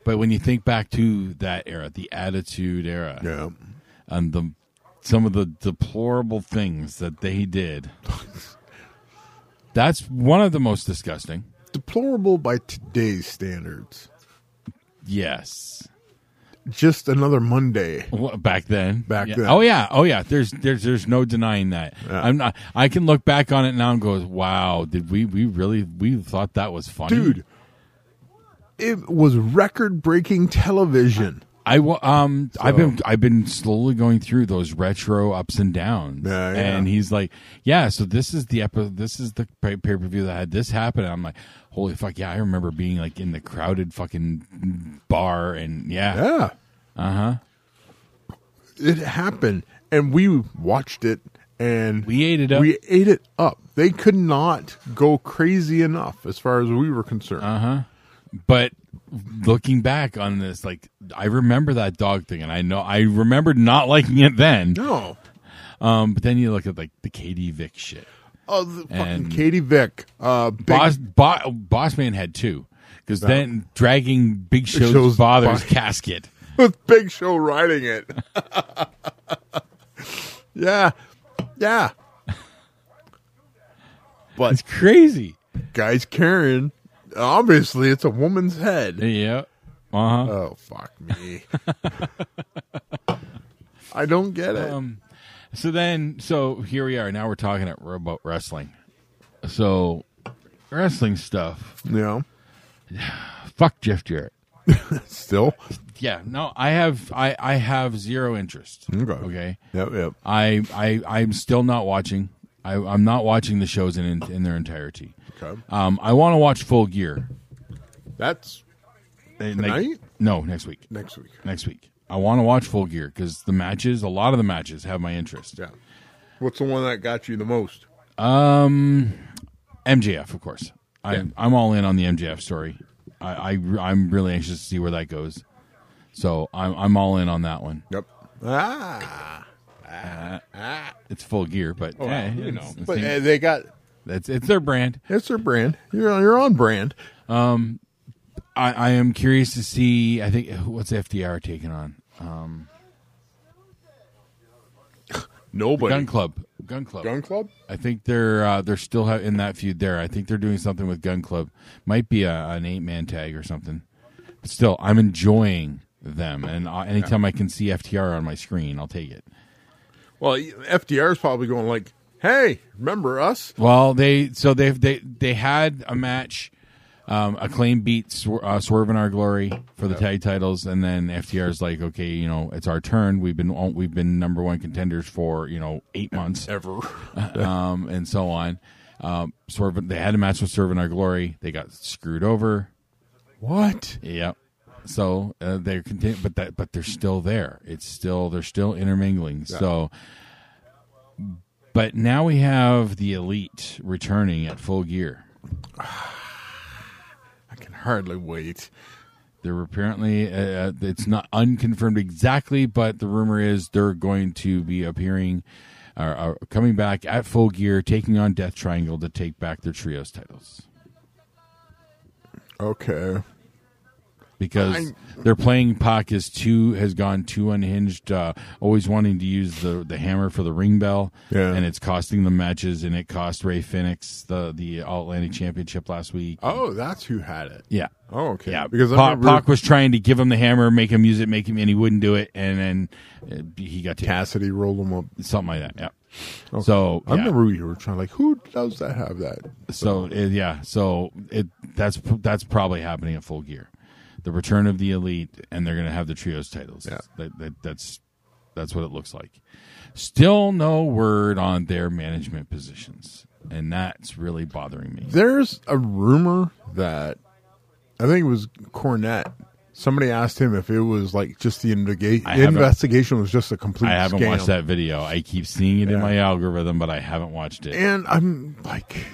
But when you think back to that era, the Attitude Era,
Yeah,
and the some of the deplorable things that they did. That's one of the most disgusting.
Deplorable by today's standards.
Yes.
Just another Monday.
Well, back then.
Back
Yeah.
then.
Oh yeah. Oh yeah. There's there's there's no denying that. I'm not I can look back on it now and go, "Wow, did we we really we thought that was funny?"
Dude, it was record breaking television.
I wa- um I've been I've been slowly going through those retro ups and downs,
Yeah, yeah.
and he's like, yeah. So this is the epi- This is the pay per view that had this happen. And I'm like, holy fuck, yeah. I remember being like in the crowded fucking bar, and yeah,
Yeah. Uh huh.
Uh-huh.
It happened, and we watched it, and
We ate it up.
We ate it up. They could not go crazy enough, as far as we were concerned.
Uh-huh. but looking back on this, like I remember that dog thing, and I know I remembered not liking it then.
No,
Um, but then you look at like the Katie Vick shit.
oh, the fucking
And-
Katie Vick, uh, big,
Boss, bo- Boss Man had two, because then dragging Big Show's,
Show's
father's
body.
casket.
with Big Show riding it. yeah, yeah.
It's crazy.
Guys, Karen. Obviously, it's a woman's head.
Yeah. Uh huh.
Oh fuck me! I don't get it.
Um, So then, so here we are. Now we're talking at- about wrestling. So, wrestling stuff.
yeah,
Fuck Jeff Jarrett.
still.
Yeah. No, I have I I have zero interest.
Okay.
Okay.
Yep, yep.
I I I'm still not watching. I I'm not watching the shows in in, in their entirety.
Okay.
Um, I want to watch Full Gear.
That's
And,
Tonight?
no, next week.
next week.
Next week. I want to watch Full Gear because the matches, a lot of the matches, have my interest.
Yeah. What's the one that got you the most?
MJF, of course. I, I'm all in on the MJF story. I, I am really anxious to see where that goes. So I'm I'm all in on that one.
Yep. Ah.
It's full gear, but
Oh,
eh,
you
it's-
know.
it's,
But uh, they got
it's, it's their brand.
it's their brand. You're on, you're on brand.
I, I am curious to see. I think what's FDR taking on
Nobody.
Gun Club. Gun Club.
Gun Club?
I think they're uh, they're still ha- in that feud there. I think they're doing something with Gun Club. Might be a, an eight man tag or something. But still, I'm enjoying them, and uh, anytime I can see FTR on my screen, I'll take it.
Well, FDR's probably going like, "Hey, remember us?"
Well, they so they they they had a match. Um, Acclaim beat Swer- uh, Swerve in Our Glory for the tag titles, and then FTR's like, okay, you know, it's our turn. We've been we've been number one contenders for you know eight months
Ever.
um, and so on. Um, Swerve, they had a match with Swerve in Our Glory. They got screwed over.
What?
Yep. So uh, they're content, but that but they're still there. It's still they're still intermingling. So, but now we have the elite returning at full gear.
I can hardly wait.
They're apparently uh, it's not unconfirmed exactly, but the rumor is they're going to be appearing. Are, are coming back at full gear, taking on Death Triangle to take back their trios titles.
Okay.
because
I'm-
they're playing Pac is too has gone too unhinged, uh, always wanting to use the the hammer for the ring bell,
Yeah.
and it's costing them matches, and it cost Ray Phoenix the the All Atlantic Championship last week.
Oh, that's who had it.
Yeah.
Oh, okay.
Yeah,
Because
because
I
Pac,
remember-
Pac was trying to give him the hammer, make him use it, make him, and he wouldn't do it, and then uh, he got taken.
Cassidy rolled them up.
something like that. Yeah. So
I
yeah.
remember we were trying like, who does that have that?
So it, yeah, so it that's that's probably happening at Full Gear, the return of the elite, and they're going to have the trios titles.
Yeah.
That, that that's that's what it looks like. Still no word on their management positions, and that's really bothering me.
There's a rumor that I think it was Cornette. Somebody asked him if it was like just the investiga-
I haven't-
investigation was just a complete.
I haven't
scam.
watched that video. I keep seeing it in my algorithm, but I haven't watched it.
and I'm like,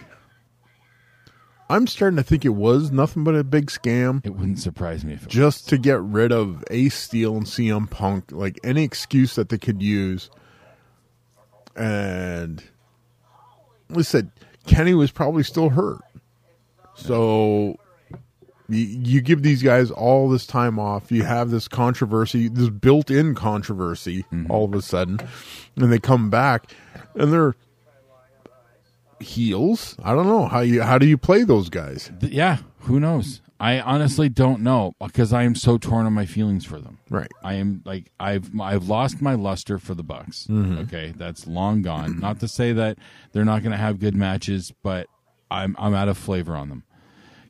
I'm starting to think it was nothing but a big scam
It wouldn't surprise me if it
just to get rid of Ace Steel and CM Punk, like any excuse that they could use. And listen, Kenny was probably still hurt, so You, you give these guys all this time off. You have this controversy, this built-in controversy,
Mm-hmm.
all of a sudden, and they come back, and they're heels. I don't know how you how do you play those guys,
Th- yeah, who knows? I honestly don't know because I am so torn on my feelings for them.
right?
I am like I've I've lost my luster for the Bucks. Okay, that's long gone. Not to say that they're not going to have good matches, but I'm I'm out of flavor on them.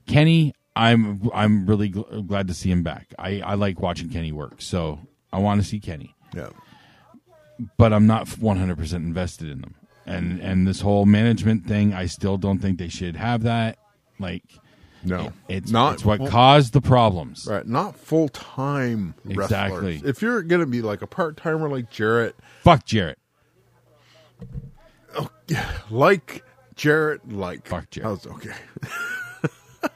Kenny, I'm I'm really gl- glad to see him back. I I like watching Kenny work, so I want to see Kenny,
Yeah,
but I'm not 100% invested in them. And and this whole management thing, I still don't think they should have that. Like
no,
it's
not
not it's what
full-
caused the problems.
Right, not full time
Exactly.
If you're gonna be like a part timer like Jarrett,
Fuck Jarrett.
like Jarrett, like
Fuck Jarrett.
How's- okay,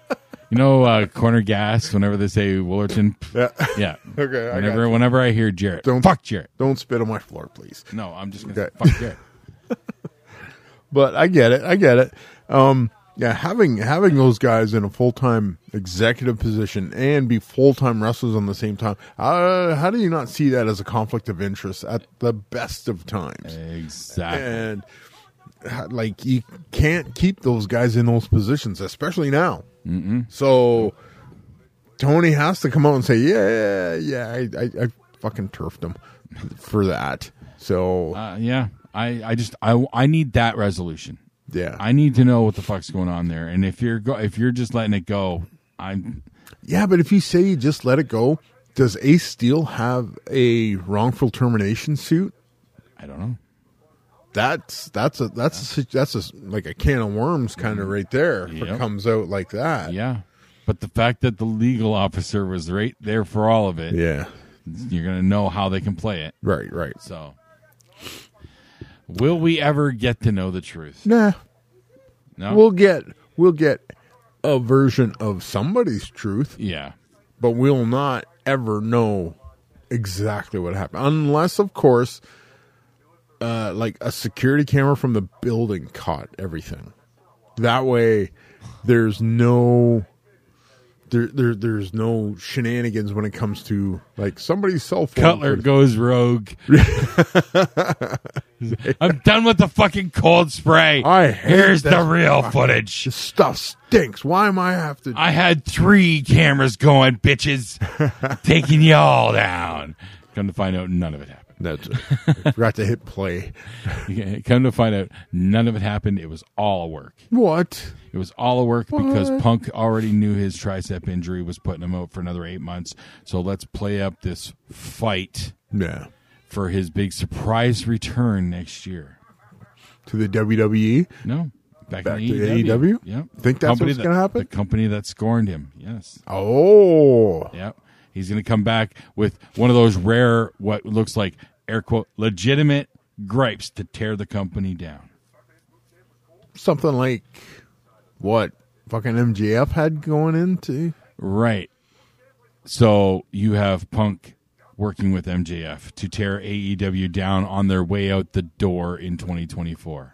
You know, uh, corner gas. Whenever they say Woolerton,
yeah.
yeah.
Okay, I
Whenever,
got you.
whenever I hear Jarrett,
Don't-
fuck Jarrett.
Don't spit on my floor, please.
No, I'm just gonna
Okay.
say, fuck Jarrett.
But I get it. I get it. Um, yeah, having having those guys in a full time executive position and be full time wrestlers on the same time. Uh, how do you not see that as a conflict of interest at the best of
Eh,
times?
Exactly.
And uh, like you can't keep those guys in those positions, especially now. mm So Tony has to come out and say, "Yeah, yeah, I, I, I fucking turfed him for that." So
Uh, yeah, I, I just, I, I need that resolution.
yeah,
I need to know what the fuck's going on there. And if you're, go- if you're just letting it go, I'm.
yeah. But if you say you just let it go, does Ace Steel have a wrongful termination suit?
I don't know.
That's that's a that's a sit- that's a like a can of worms kind of right there. If it
Mm-hmm. Yep.
comes out like that,
Yeah, but the fact that the legal officer was right there for all of it,
yeah,
you're gonna know how they can play it.
right, right.
So, will we ever get to know the truth?
Nah,
No.
we'll get we'll get a version of somebody's truth,
yeah.
but we'll not ever know exactly what happened, unless, of course, uh, like a security camera from the building caught everything. That way, there's no there, there there's no shenanigans when it comes to like somebody's cell phone.
Cutler goes rogue. I'm done with the fucking cold spray.
I hate
Here's
this
the real
fucking
footage.
This stuff stinks. Why am I have to?
I had three cameras going, bitches, taking y'all down. Come to find out, none of it happened.
That's it. I forgot to hit play.
Yeah, Come to find out, none of it happened. It was all a work.
What?
It was all a work because
What?
Punk already knew his tricep injury was putting him out for another eight months. So let's play up this fight
Yeah.
for his big surprise return next year.
to the E? WWE.
No. Back,
Back
in
to
the E
AEW?
Yeah.
Think that's what's
that-
gonna happen?
The company that scorned him. Yes.
Oh,
Yep. He's going to come back with one of those rare, what looks like air quote, legitimate gripes to tear the company down.
something like what fucking MJF had going into.
Right. So you have Punk working with MJF to tear AEW down on their way out the door in 2024.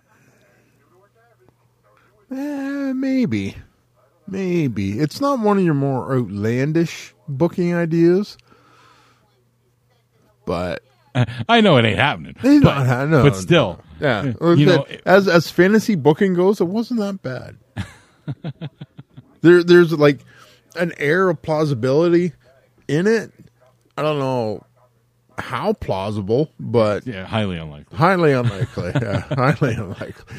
Eh, maybe, maybe it's not one of your more outlandish booking ideas, but
I know it ain't happening.
It's
but,
not ha- no,
but still.
yeah,
You know,
as as fantasy booking goes, it wasn't that bad. there, there's like an air of plausibility in it. I don't know how plausible, but
Yeah, highly unlikely.
Highly unlikely. yeah, highly unlikely.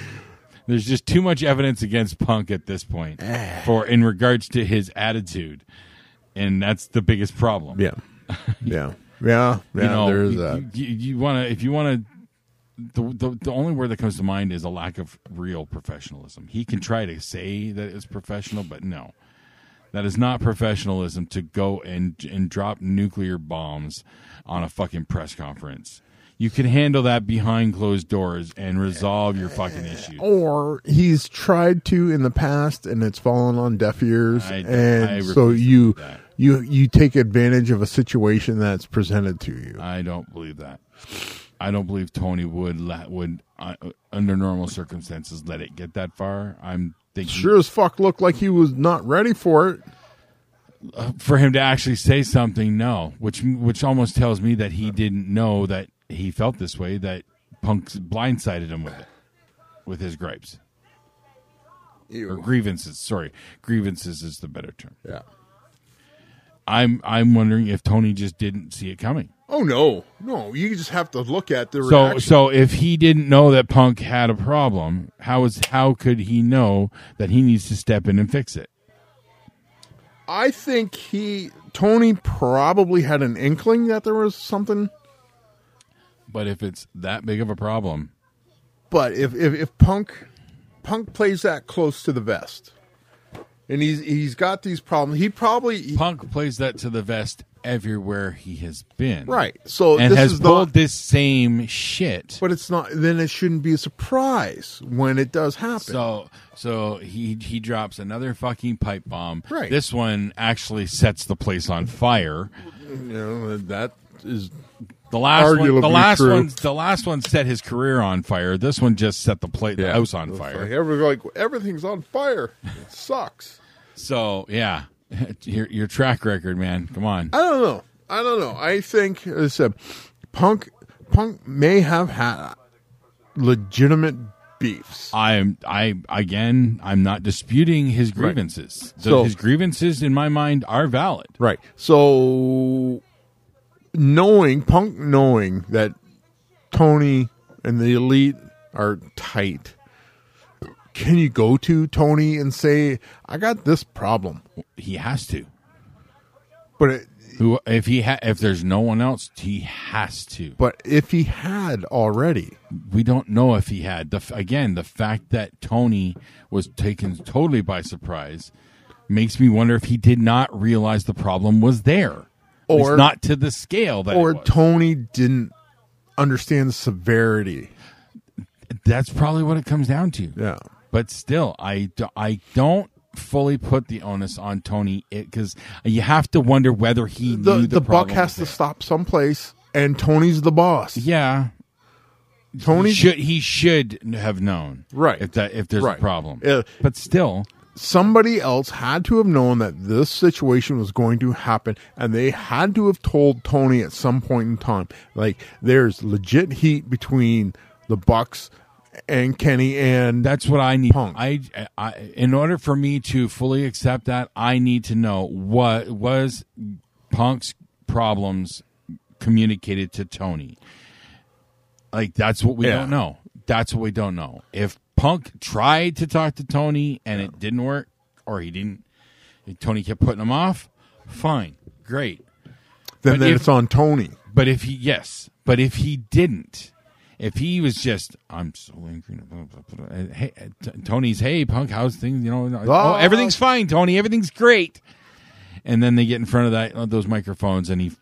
There's just too much evidence against Punk at this point
Eh.
for in regards to his attitude. And that's the biggest problem.
Yeah. Yeah. Yeah. Yeah.
you know,
there's
you,
that.
You, you want to, if you want to, the, the the only word that comes to mind is a lack of real professionalism. He can try to say that it's professional, but no, that is not professionalism to go and and drop nuclear bombs on a fucking press conference. You can handle that behind closed doors and resolve your fucking issue.
Oh, Or he's tried to in the past and it's fallen on deaf ears.
I-
and
I
so
refuse to
you
believe that.
you you take advantage of a situation that's presented to you.
I don't believe that. I don't believe Tony would la- would uh, under normal circumstances let it get that far. I'm thinking
Sure as fuck looked like he was not ready for it.
uh, for him to actually say something, no, which which almost tells me that he didn't know that he felt this way. That Punk blindsided him with it, with his gripes or grievances. Sorry, grievances is the better term.
Yeah.
I'm I'm wondering if Tony just didn't see it coming.
Oh no, no! You just have to look at the
So
reaction.
so if he didn't know that Punk had a problem, how is how could he know that he needs to step in and fix it?
I think he Tony probably had an inkling that there was something,
But if it's that big of a problem,
but if if, if Punk Punk plays that close to the vest, and he's he's got these problems, he probably he-
Punk plays that to the vest everywhere he has been.
right. So
and
this
has
is
pulled
not,
this same shit.
but it's not. Then it shouldn't be a surprise when it does happen.
So so he he drops another fucking pipe bomb.
Right.
This one actually sets the place on fire.
you know, that is
The last one, the
Arguably
last
true.
one, the last one set his career on fire. This one just set the plate, the
Yeah.
house on fire.
like, every, like everything's on fire. It sucks.
So yeah, your your track record, man. Come on.
I don't know. I don't know. I think as I said, Punk Punk may have had legitimate beefs.
I am I again. I'm not disputing his grievances. So,
So-
his grievances, in my mind, are valid.
Right. So knowing Punk knowing that Tony and the Elite are tight, can you go to Tony and say, "I got this problem,"
He has to.
but it,
Who if he ha- if there's no one else, he has to.
but if he had already,
we don't know if he had the f- again the fact that Tony was taken totally by surprise makes me wonder if he did not realize the problem was there At least
Or-
not to the scale that it
or
was.
Tony didn't understand the severity.
that's probably what it comes down to
Yeah.
but still I do, I don't fully put the onus on Tony because you have to wonder whether he
the,
knew
the,
the,
buck
problem
has to
was
stop someplace, and Tony's the boss.
there. yeah
Tony,
should he should have known
Right.
if that if there's
Right.
a problem
Yeah.
but still
somebody else had to have known that this situation was going to happen, and they had to have told Tony at some point in time. Like, there's legit heat between the Bucks and Kenny, and
That's what I need.
Punk.
I, I, in order for me to fully accept that, I need to know what was Punk's problems communicated to Tony. Like that's what we
Yeah.
don't know. That's what we don't know. If Punk tried to talk to Tony and it didn't work, or he didn't, if Tony kept putting him off. Fine, great.
then,
but
then
if-
it's on Tony.
But if he, yes, but if he didn't, if he was just, I'm so angry. blah, blah, blah, blah," and, Hey, uh, T- Tony's, hey, punk, how's things? You know, and, oh,
Ah.
everything's fine, Tony. Everything's great. And then they get in front of that uh, those microphones, and he,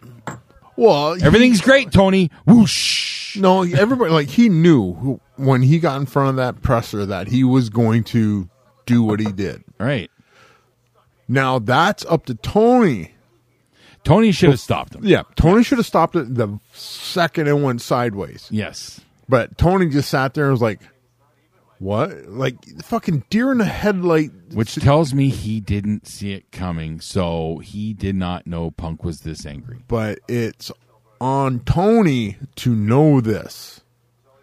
Well, he-
everything's great, Tony. Whoosh.
no, everybody like he knew who, when he got in front of that presser that he was going to do what he did.
Right.
Now that's up to Tony
Tony should have stopped him.
Yeah, Tony should have stopped it the second it went sideways.
Yes.
But Tony just sat there and was like, "What? Like fucking deer in the headlight?"
Which tells me he didn't see it coming, so he did not know Punk was this angry.
But it's on Tony to know this.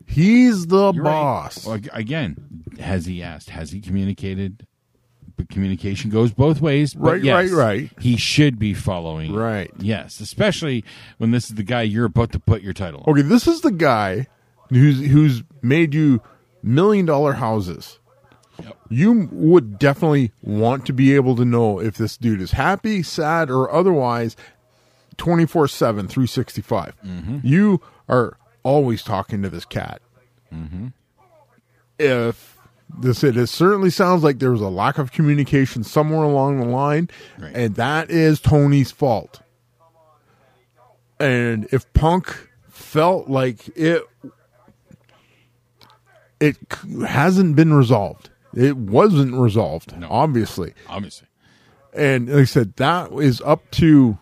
He's the
You're right.
boss.
Well, ag- again, has he asked? Has he communicated? But communication goes both ways. But
Right,
yes,
right, right.
He should be following.
Right.
Yes, especially when this is the guy you're about to put your title on.
Okay, this is the guy who's who's made you million dollar houses. You would definitely want to be able to know if this dude is happy, sad, or otherwise 24 7, 365. You are always talking to this cat. If this, it is, certainly sounds like there was a lack of communication somewhere along the line,
Right.
and that is Tony's fault. And if Punk felt like it it c- hasn't been resolved. It wasn't resolved, obviously.
Obviously,
And like I said, that is up to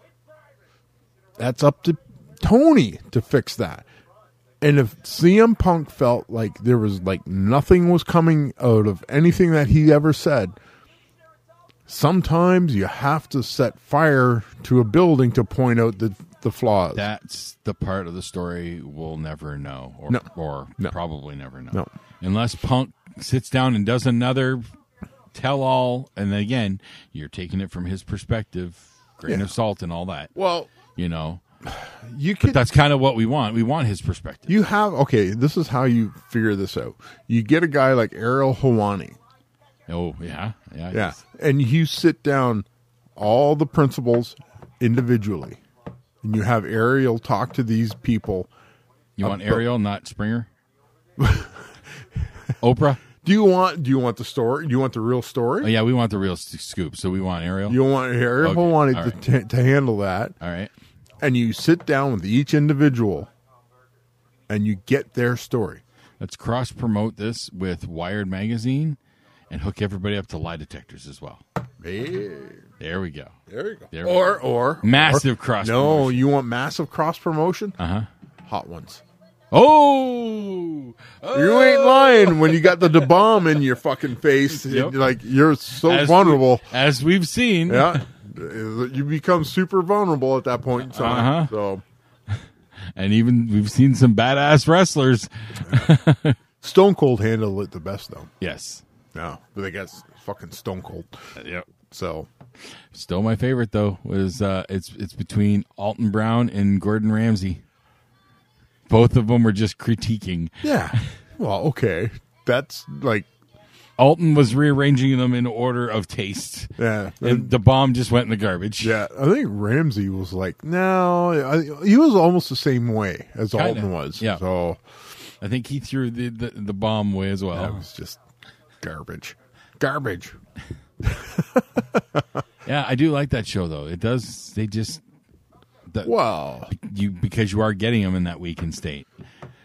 that's up to Tony to fix that. And if CM Punk felt like there was like nothing was coming out of anything that he ever said, sometimes you have to set fire to a building to point out the the flaws.
That's the part of the story we'll never know, or,
No.
or
No.
probably never know,
No.
unless Punk sits down and does another tell-all. And then again, you're taking it from his perspective, grain of salt, and all that.
well,
You know,
you could
that's kind of what we want. We want his perspective.
you have okay, this is how you figure this out. You get a guy like Errol Hawani.
oh yeah, yeah,
Yeah. And you sit down all the principals individually. And you have Ariel talk to these people.
You want
Uh, but-
Ariel, not Springer. Oprah.
Do you want do you want the story? Do you want the real story?
Oh, yeah, we want the real s- scoop, so we want Ariel.
You want Ariel
Okay,
Hawani
all right.
to, ta to handle that.
All right.
and you sit down with each individual and you get their story.
Let's cross promote this with Wired Magazine and hook everybody up to lie detectors as well. There we go.
There you go.
There we
or or
Massive
or-
cross
No,
promotion.
you want massive cross promotion?
Uh huh.
Hot ones.
Oh! oh!
You ain't lying when you got the bomb in your fucking face.
Yep.
Like you're so
As
vulnerable.
we- as we've seen.
yeah. You become super vulnerable at that point in time.
Uh-huh.
So
And even we've seen some badass wrestlers.
Stone Cold handled it the best though.
Yes.
No. But they got fucking Stone Cold.
Yep.
So
Still my favorite though was uh, it's it's between Alton Brown and Gordon Ramsay. Both of them were just critiquing.
yeah. well, okay. That's like
Alton was rearranging them in order of taste.
yeah.
And the bomb just went in the garbage.
Yeah, I think Ramsey was like, no, I, he was almost the same way as
Kinda,
Alton was.
yeah.
So
I think he threw the, the, the bomb away as well.
that was just garbage. Garbage.
Yeah, I do like that show though. It does. They just the,
Well,
you because you are getting them in that weakened state.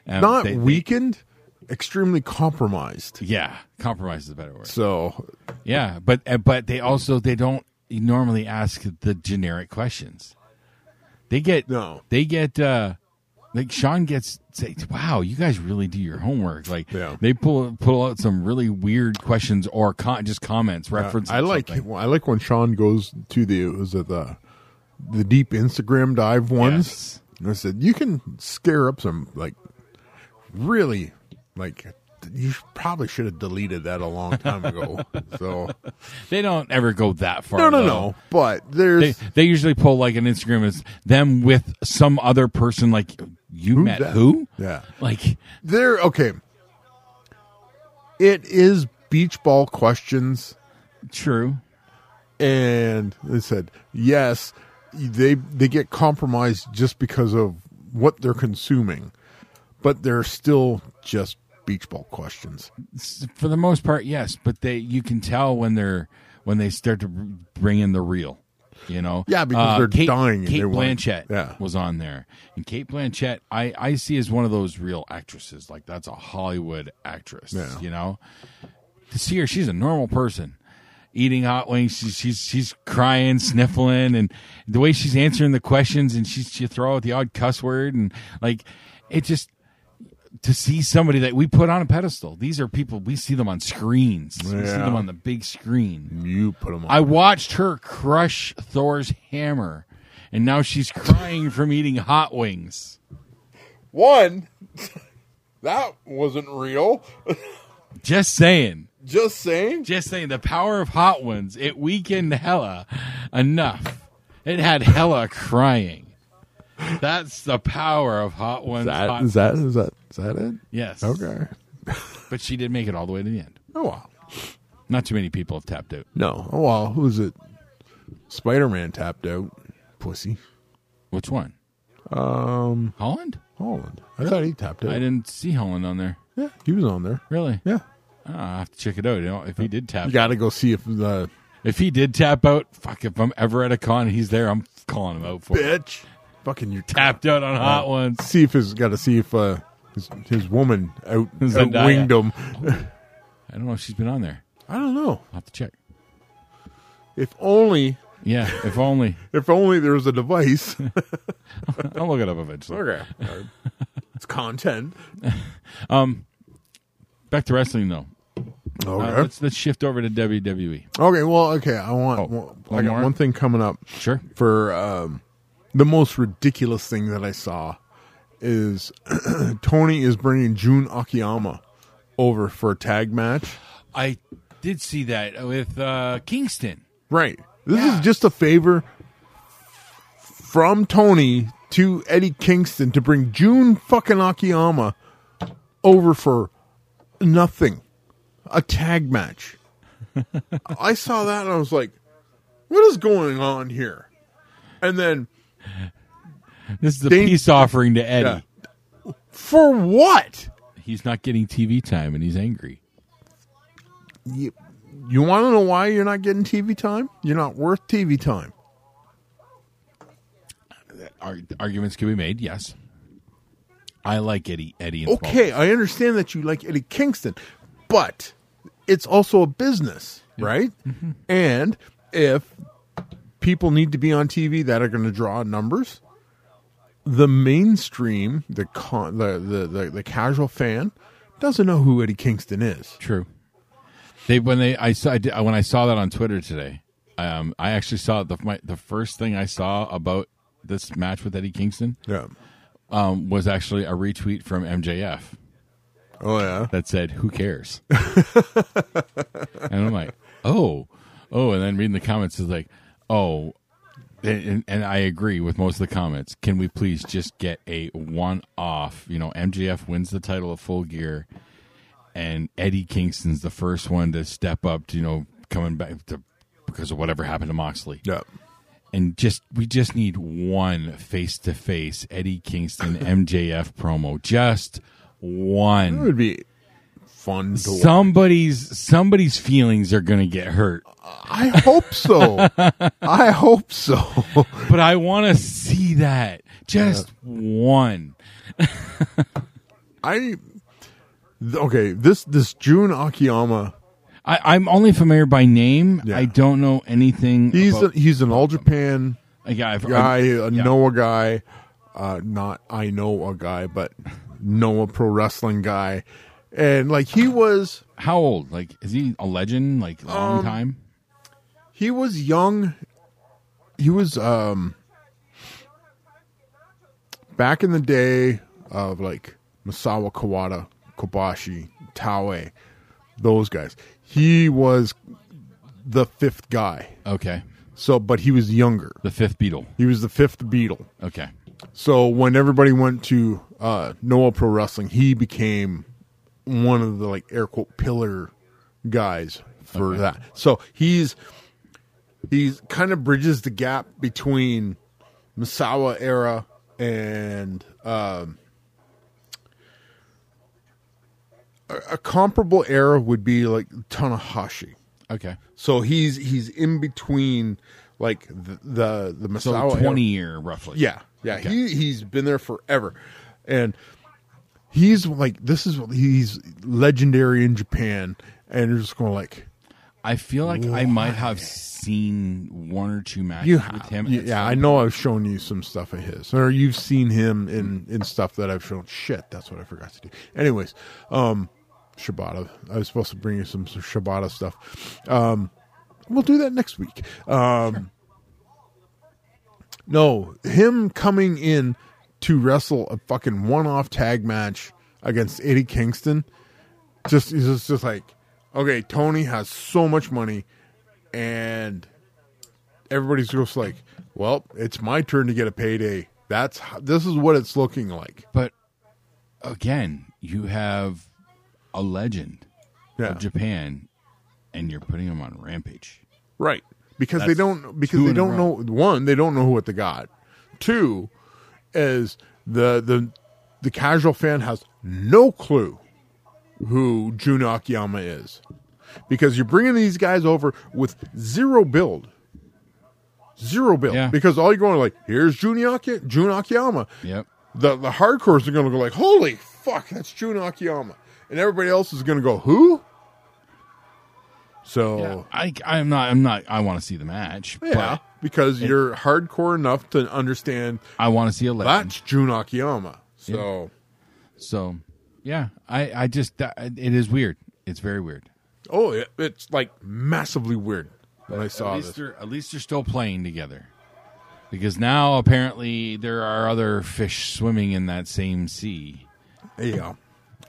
Um,
not
they- they-
weakened, extremely compromised.
yeah, compromise is a better word.
So,
Yeah, but uh, but they also they don't normally ask the generic questions. They get
No.
They get uh like Sean gets say, "Wow, you guys really do your homework." Like
Yeah.
they pull pull out some really weird questions or con- just comments reference.
I like
something.
I like when Sean goes to the it was at the the deep Instagram dive ones.
Yes.
And I said you can scare up some like really like you probably should have deleted that a long time ago. so
They don't ever go that far.
No, no,
though.
no. But there's
They, they usually pull like an Instagram is them with some other person like you met
that?
who
Yeah.
like
there. Okay, it is beach ball questions,
true
and they said yes. They they get compromised just because of what they're consuming, but they're still just beach ball questions.
for the most part, yes. But they, you can tell when they're when they start to bring in the real. You know, Uh,
Yeah, because they're
Kate,
dying and
Kate
they want-
Blanchett
yeah.
was on there, and Kate Blanchett, I I see as one of those real actresses. Like that's a Hollywood actress.
Yeah.
You know, to see her, she's a normal person. Eating hot wings, she's she's she's crying, sniffling, and the way she's answering the questions, and she's she throw out the odd cuss word, and like it just to see somebody that we put on a pedestal. These are people we see them on screens. We see
Yeah.
them on the big screen.
You put them. On.
I watched her crush Thor's hammer, and now she's crying from eating hot wings.
One that wasn't real.
Just saying.
Just saying.
Just saying. The power of hot ones. It weakened Hella enough. It had Hella crying. That's the power of hot ones. hot-
Is that is that is that it?
yes.
Okay.
But she did make it all the way to the end.
Oh wow.
Not too many people have tapped out.
No. Oh well, who is it? Spider Man tapped out. Pussy.
Which one? Um, Holland.
Holland. I thought he tapped out.
I didn't see Holland on there.
Yeah, he was on there.
Really?
Yeah.
Oh, I have to check it out. You know, if he did tap,
You gotta go see if uh, the
if he did tap out, fuck. If I'm ever at a con, and he's there. I'm calling him out for it.
bitch Uh, fucking you
tapped out on hot ones.
See if his gotta see if uh his, his woman out, out
Zendaya.
winged him.
I don't know if she's been on there.
I don't know.
I'll have to check.
If only
Yeah, if only.
if only there was a device.
I'll look it up eventually.
okay. It's content.
Back to wrestling though. Uh,
Okay.
let's let's shift over to E. WWE.
okay. Well, okay. I want.
Oh,
one-
one
I got
more?
one thing coming up.
Sure.
For um, the most ridiculous thing that I saw is Tony is bringing June Akiyama over for a tag match.
I did see that with uh, Kingston.
Right. This is just a favor from Tony to Eddie Kingston to bring June fucking Akiyama over for nothing. A tag match. I saw that and I was like, what is going on here? And then
This is a
Dane-
peace offering to Eddie.
for what?
He's not getting TV time and he's angry.
You, you want to know why you're not getting TV time? You're not worth TV time.
Ar- arguments can be made, yes. I like Eddie. Eddie. And Paul.
Okay, I understand that you like Eddie Kingston, but it's also a business, right? And if people need to be on TV that are going to draw numbers, the mainstream, the con, the, the the the casual fan doesn't know who Eddie Kingston is.
True. They when they I saw I did, when I saw that on Twitter today. Um, I actually saw the my, the first thing I saw about this match with Eddie Kingston
Yeah.
um, was actually a retweet from MJF
Oh yeah.
that said, "Who cares?" and I'm like, "Oh, oh!" And then reading the comments is like, "Oh." And, and- and I agree with most of the comments. Can we please just get a one-off? You know, MJF wins the title of Full Gear, and Eddie Kingston's the first one to step up. To, you know, coming back to because of whatever happened to Moxley
Yeah.
and just we just need one face to face Eddie Kingston MJF promo. Just
It
one.
would be fun to watch.
Somebody's somebody's feelings are gonna get hurt.
I hope so. I hope so.
But I wanna see that. Just one.
I th- okay, this this June Akiyama
I, I'm only familiar by name.
Yeah.
I don't know anything.
He's
about,
a, he's an all Japan
a guy. I've-
guy, uh,
I-
a
yeah.
Noah guy, uh, not I know a guy, but Noah pro wrestling guy, and like he was
How old? Like, is he a legend? Like, long
Um,
time?
he was young, he was um back in the day of like Masawa Kawada, Kobashi, Taue, those guys. He was the fifth guy.
Okay.
So, but he was younger.
The fifth Beatle.
He was the fifth Beatle.
Okay.
So when everybody went to uh, Noah Pro Wrestling, he became one of the like air quote pillar guys for that. So he's he's kind of bridges the gap between Misawa era and um, a, a comparable era would be like Tanahashi.
Okay.
So he's he's in between like the the, the
So
Misawa era-
20 year roughly.
yeah, yeah.
Okay.
He he's been there forever, and he's like this is he's legendary in Japan, and you're just going like
I feel like I might have seen one or two matches
you
with him.
you- yeah, I know I've shown you some stuff of his, or you've seen him in in stuff that I've shown. Shit, that's what I forgot to do. Anyways, um, Shibata. I was supposed to bring you some, some Shibata stuff. Um, we'll do that next week. Um, no, him coming in to wrestle a fucking one-off tag match against Eddie Kingston. Just is just, just like, okay, Tony has so much money, and everybody's just like, well, it's my turn to get a payday. That's how, this is what it's looking like.
But again, you have a legend
Yeah,
of Japan, and you're putting him on Rampage.
right. Because they
That's
don't because
two
they
in a
don't know
row.
one they don't know what they got. Two, is the the the casual fan has no clue who Jun Akiyama is because you're bringing these guys over with zero build. Zero build
Yeah.
because all you're going like here's Jun, Aki- Jun Akiyama.
Yep.
the the hardcores are going to go like, "Holy fuck, that's Jun Akiyama," and everybody else is going to go, "Who?" So yeah,
I, I'm not. I'm not. I want to see the match. But
because you're hardcore enough to understand
I want to see a legend.
that's Jun Akiyama. So
So, yeah. I. I just. that- It is weird. It's very weird.
Oh, it, it's like massively weird when I
at
saw
least
this.
they're at least they're still playing together because now apparently there are other fish swimming in that same sea
Yeah,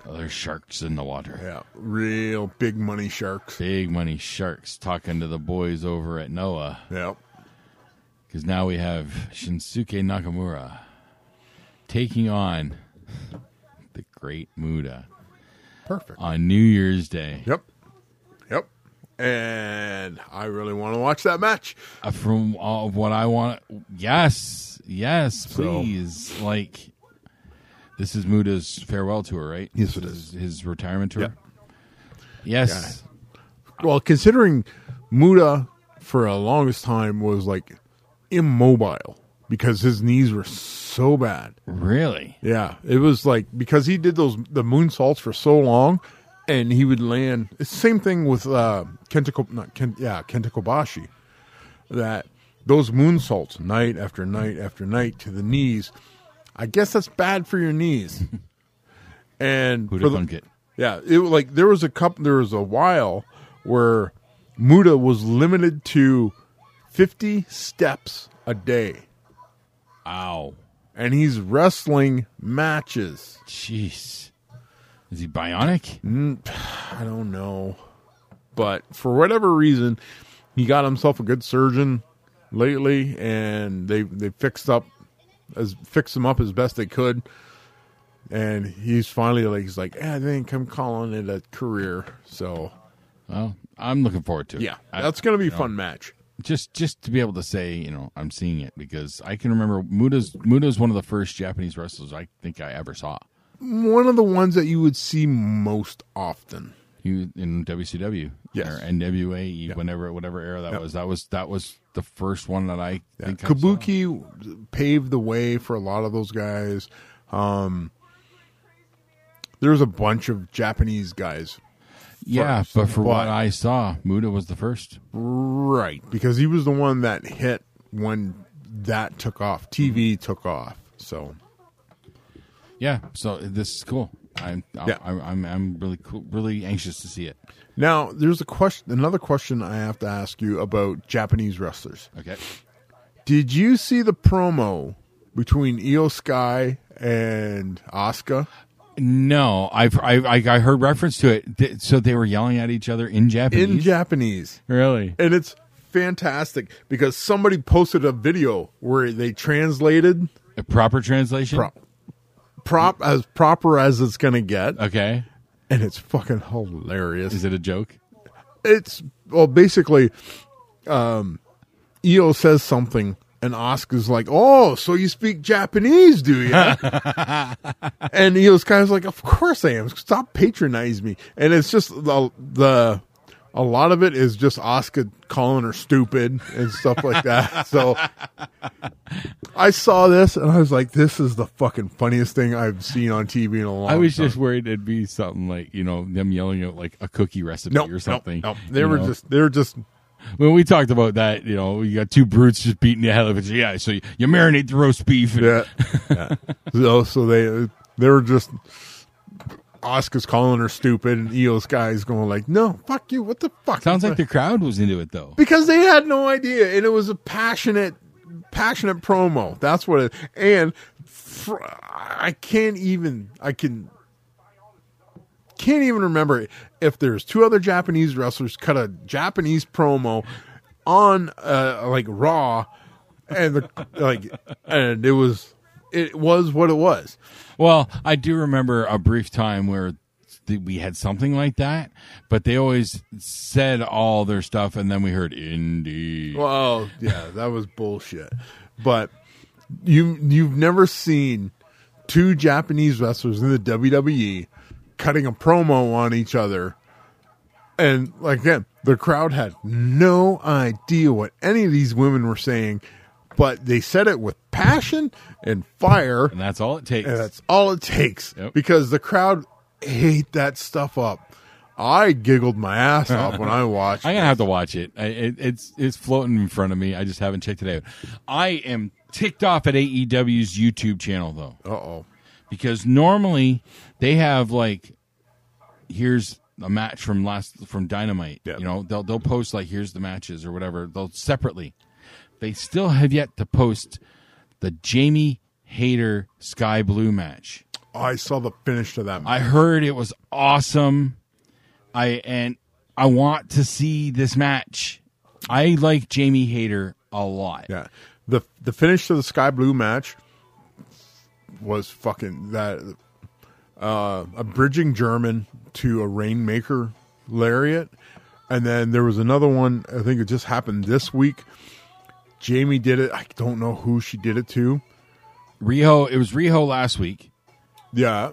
other sharks in the water
yeah, real big money sharks.
big money sharks talking to the boys over at noah
Yeah,
because now we have shinsuke nakamura taking on the great muda
perfect.
on new year's day
Yep, yep. And I really want to watch that match.
Uh, from all of what I want. Yes, yes,
So-
please. Like this is Muda's farewell tour, right?
Yes, it
This
is.
his retirement tour.
Yep.
Yes,
Well, considering Muda for a longest time was like immobile because his knees were so bad.
really.
Yeah, it was like because he did those the moon salts for so long, and he would land. it's the Same thing with uh, Kenta, Ko- not Ken, yeah, Kenta Kobashi, that those moon salts night after night after night to the knees. I guess that's bad for your knees. and
Who'd
for
have
the-
thunk it?
yeah, it was like there was a couple, there was a while where Muda was limited to fifty steps a day,
Ow,
and he's wrestling matches.
jeez. Is he bionic?
Mm. I don't know. But for whatever reason, he got himself a good surgeon lately and they they fixed up as fixed him up as best they could. And he's finally like he's like, eh, I think I'm calling it a career. So
Well, I'm looking forward to it.
yeah,
I-
that's gonna be
you
a
know,
fun match.
Just just to be able to say, you know, I'm seeing it because I can remember Muda's Muda's one of the first Japanese wrestlers I think I ever saw.
One of the ones that you would see most often.
He was in WCW,
Yes.
or NWA, whenever whatever era that was. That was that was the first one that I think I
Kabuki paved the way for a lot of those guys. Um, there's a bunch of Japanese guys
saw. yeah,
first,
but for what
but-
I saw, Muda was the first.
Right, because he was the one that hit when that took off. TV took off. So
Yeah, so this is cool. I'm I'm
Yeah.
I'm, I'm, I'm really cool, really anxious to see it.
now there's a question. Another question I have to ask you about Japanese wrestlers.
Okay,
Did you see the promo between Io Sky and Asuka?
no, I've I I I heard reference to it. Th- So they were yelling at each other in Japanese.
in Japanese?
really?
And it's fantastic because somebody posted a video where they translated
A proper translation.
prop prop as proper as it's gonna get,
Okay,
and it's fucking hilarious.
is it a joke?
it's well basically um Io says something and Oscar's like, "Oh, so you speak Japanese, do you?" and Io's kind of like, "Of course I am. Stop patronizing me." And it's just the the a lot of it is just Oscar calling her stupid and stuff like that. so I saw this and I was like, "This is the fucking funniest thing I've seen on TV in a long time."
I was just worried it'd be something like you know them yelling out like a cookie recipe
no,
or something.
No, no. they
you
were
know?
just they were just
when we talked about that. You know, you got two brutes just beating the hell out of each other. Yeah, so you, you marinate the roast beef. And,
Yeah. so, so they they were just Oscar's calling her stupid, and Eos guy's going like, "No, fuck you! What the fuck?"
Sounds like the crowd was into it though.
because they had no idea, and it was a passionate, passionate promo. That's what it. And fr- I can't even. I can. Can't even remember if there's two other Japanese wrestlers cut a Japanese promo on uh, like Raw, and the like, and it was it was what it was.
Well, I do remember a brief time where th- we had something like that, but they always said all their stuff, and then we heard indie.
Well, yeah, that was bullshit. But you you've never seen two Japanese wrestlers in the WWE cutting a promo on each other. And like again, the crowd had no idea what any of these women were saying, but they said it with passion and fire,
and that's all it takes.
and that's all it takes
Yep.
because the crowd ate that stuff up. I giggled my ass off when I watched.
I'm gonna have to watch it. I, it. It's it's floating in front of me. I just haven't checked it out. I am ticked off at AEW's YouTube channel though,
Uh oh.
because normally they have like here's a match from last from Dynamite.
Yeah.
You know, they'll they'll post like here's the matches or whatever. They'll separately. They still have yet to post the Jamie Hader Sky Blue match.
I saw the finish to that.
I heard it was awesome. I and I want to see this match. I like Jamie Hader a lot.
Yeah. The the finish to the sky blue match was fucking that uh a bridging German to a rainmaker lariat. And then there was another one, I think it just happened this week. Jamie did it. I don't know who she did it to.
Riho, it was Riho last week.
Yeah.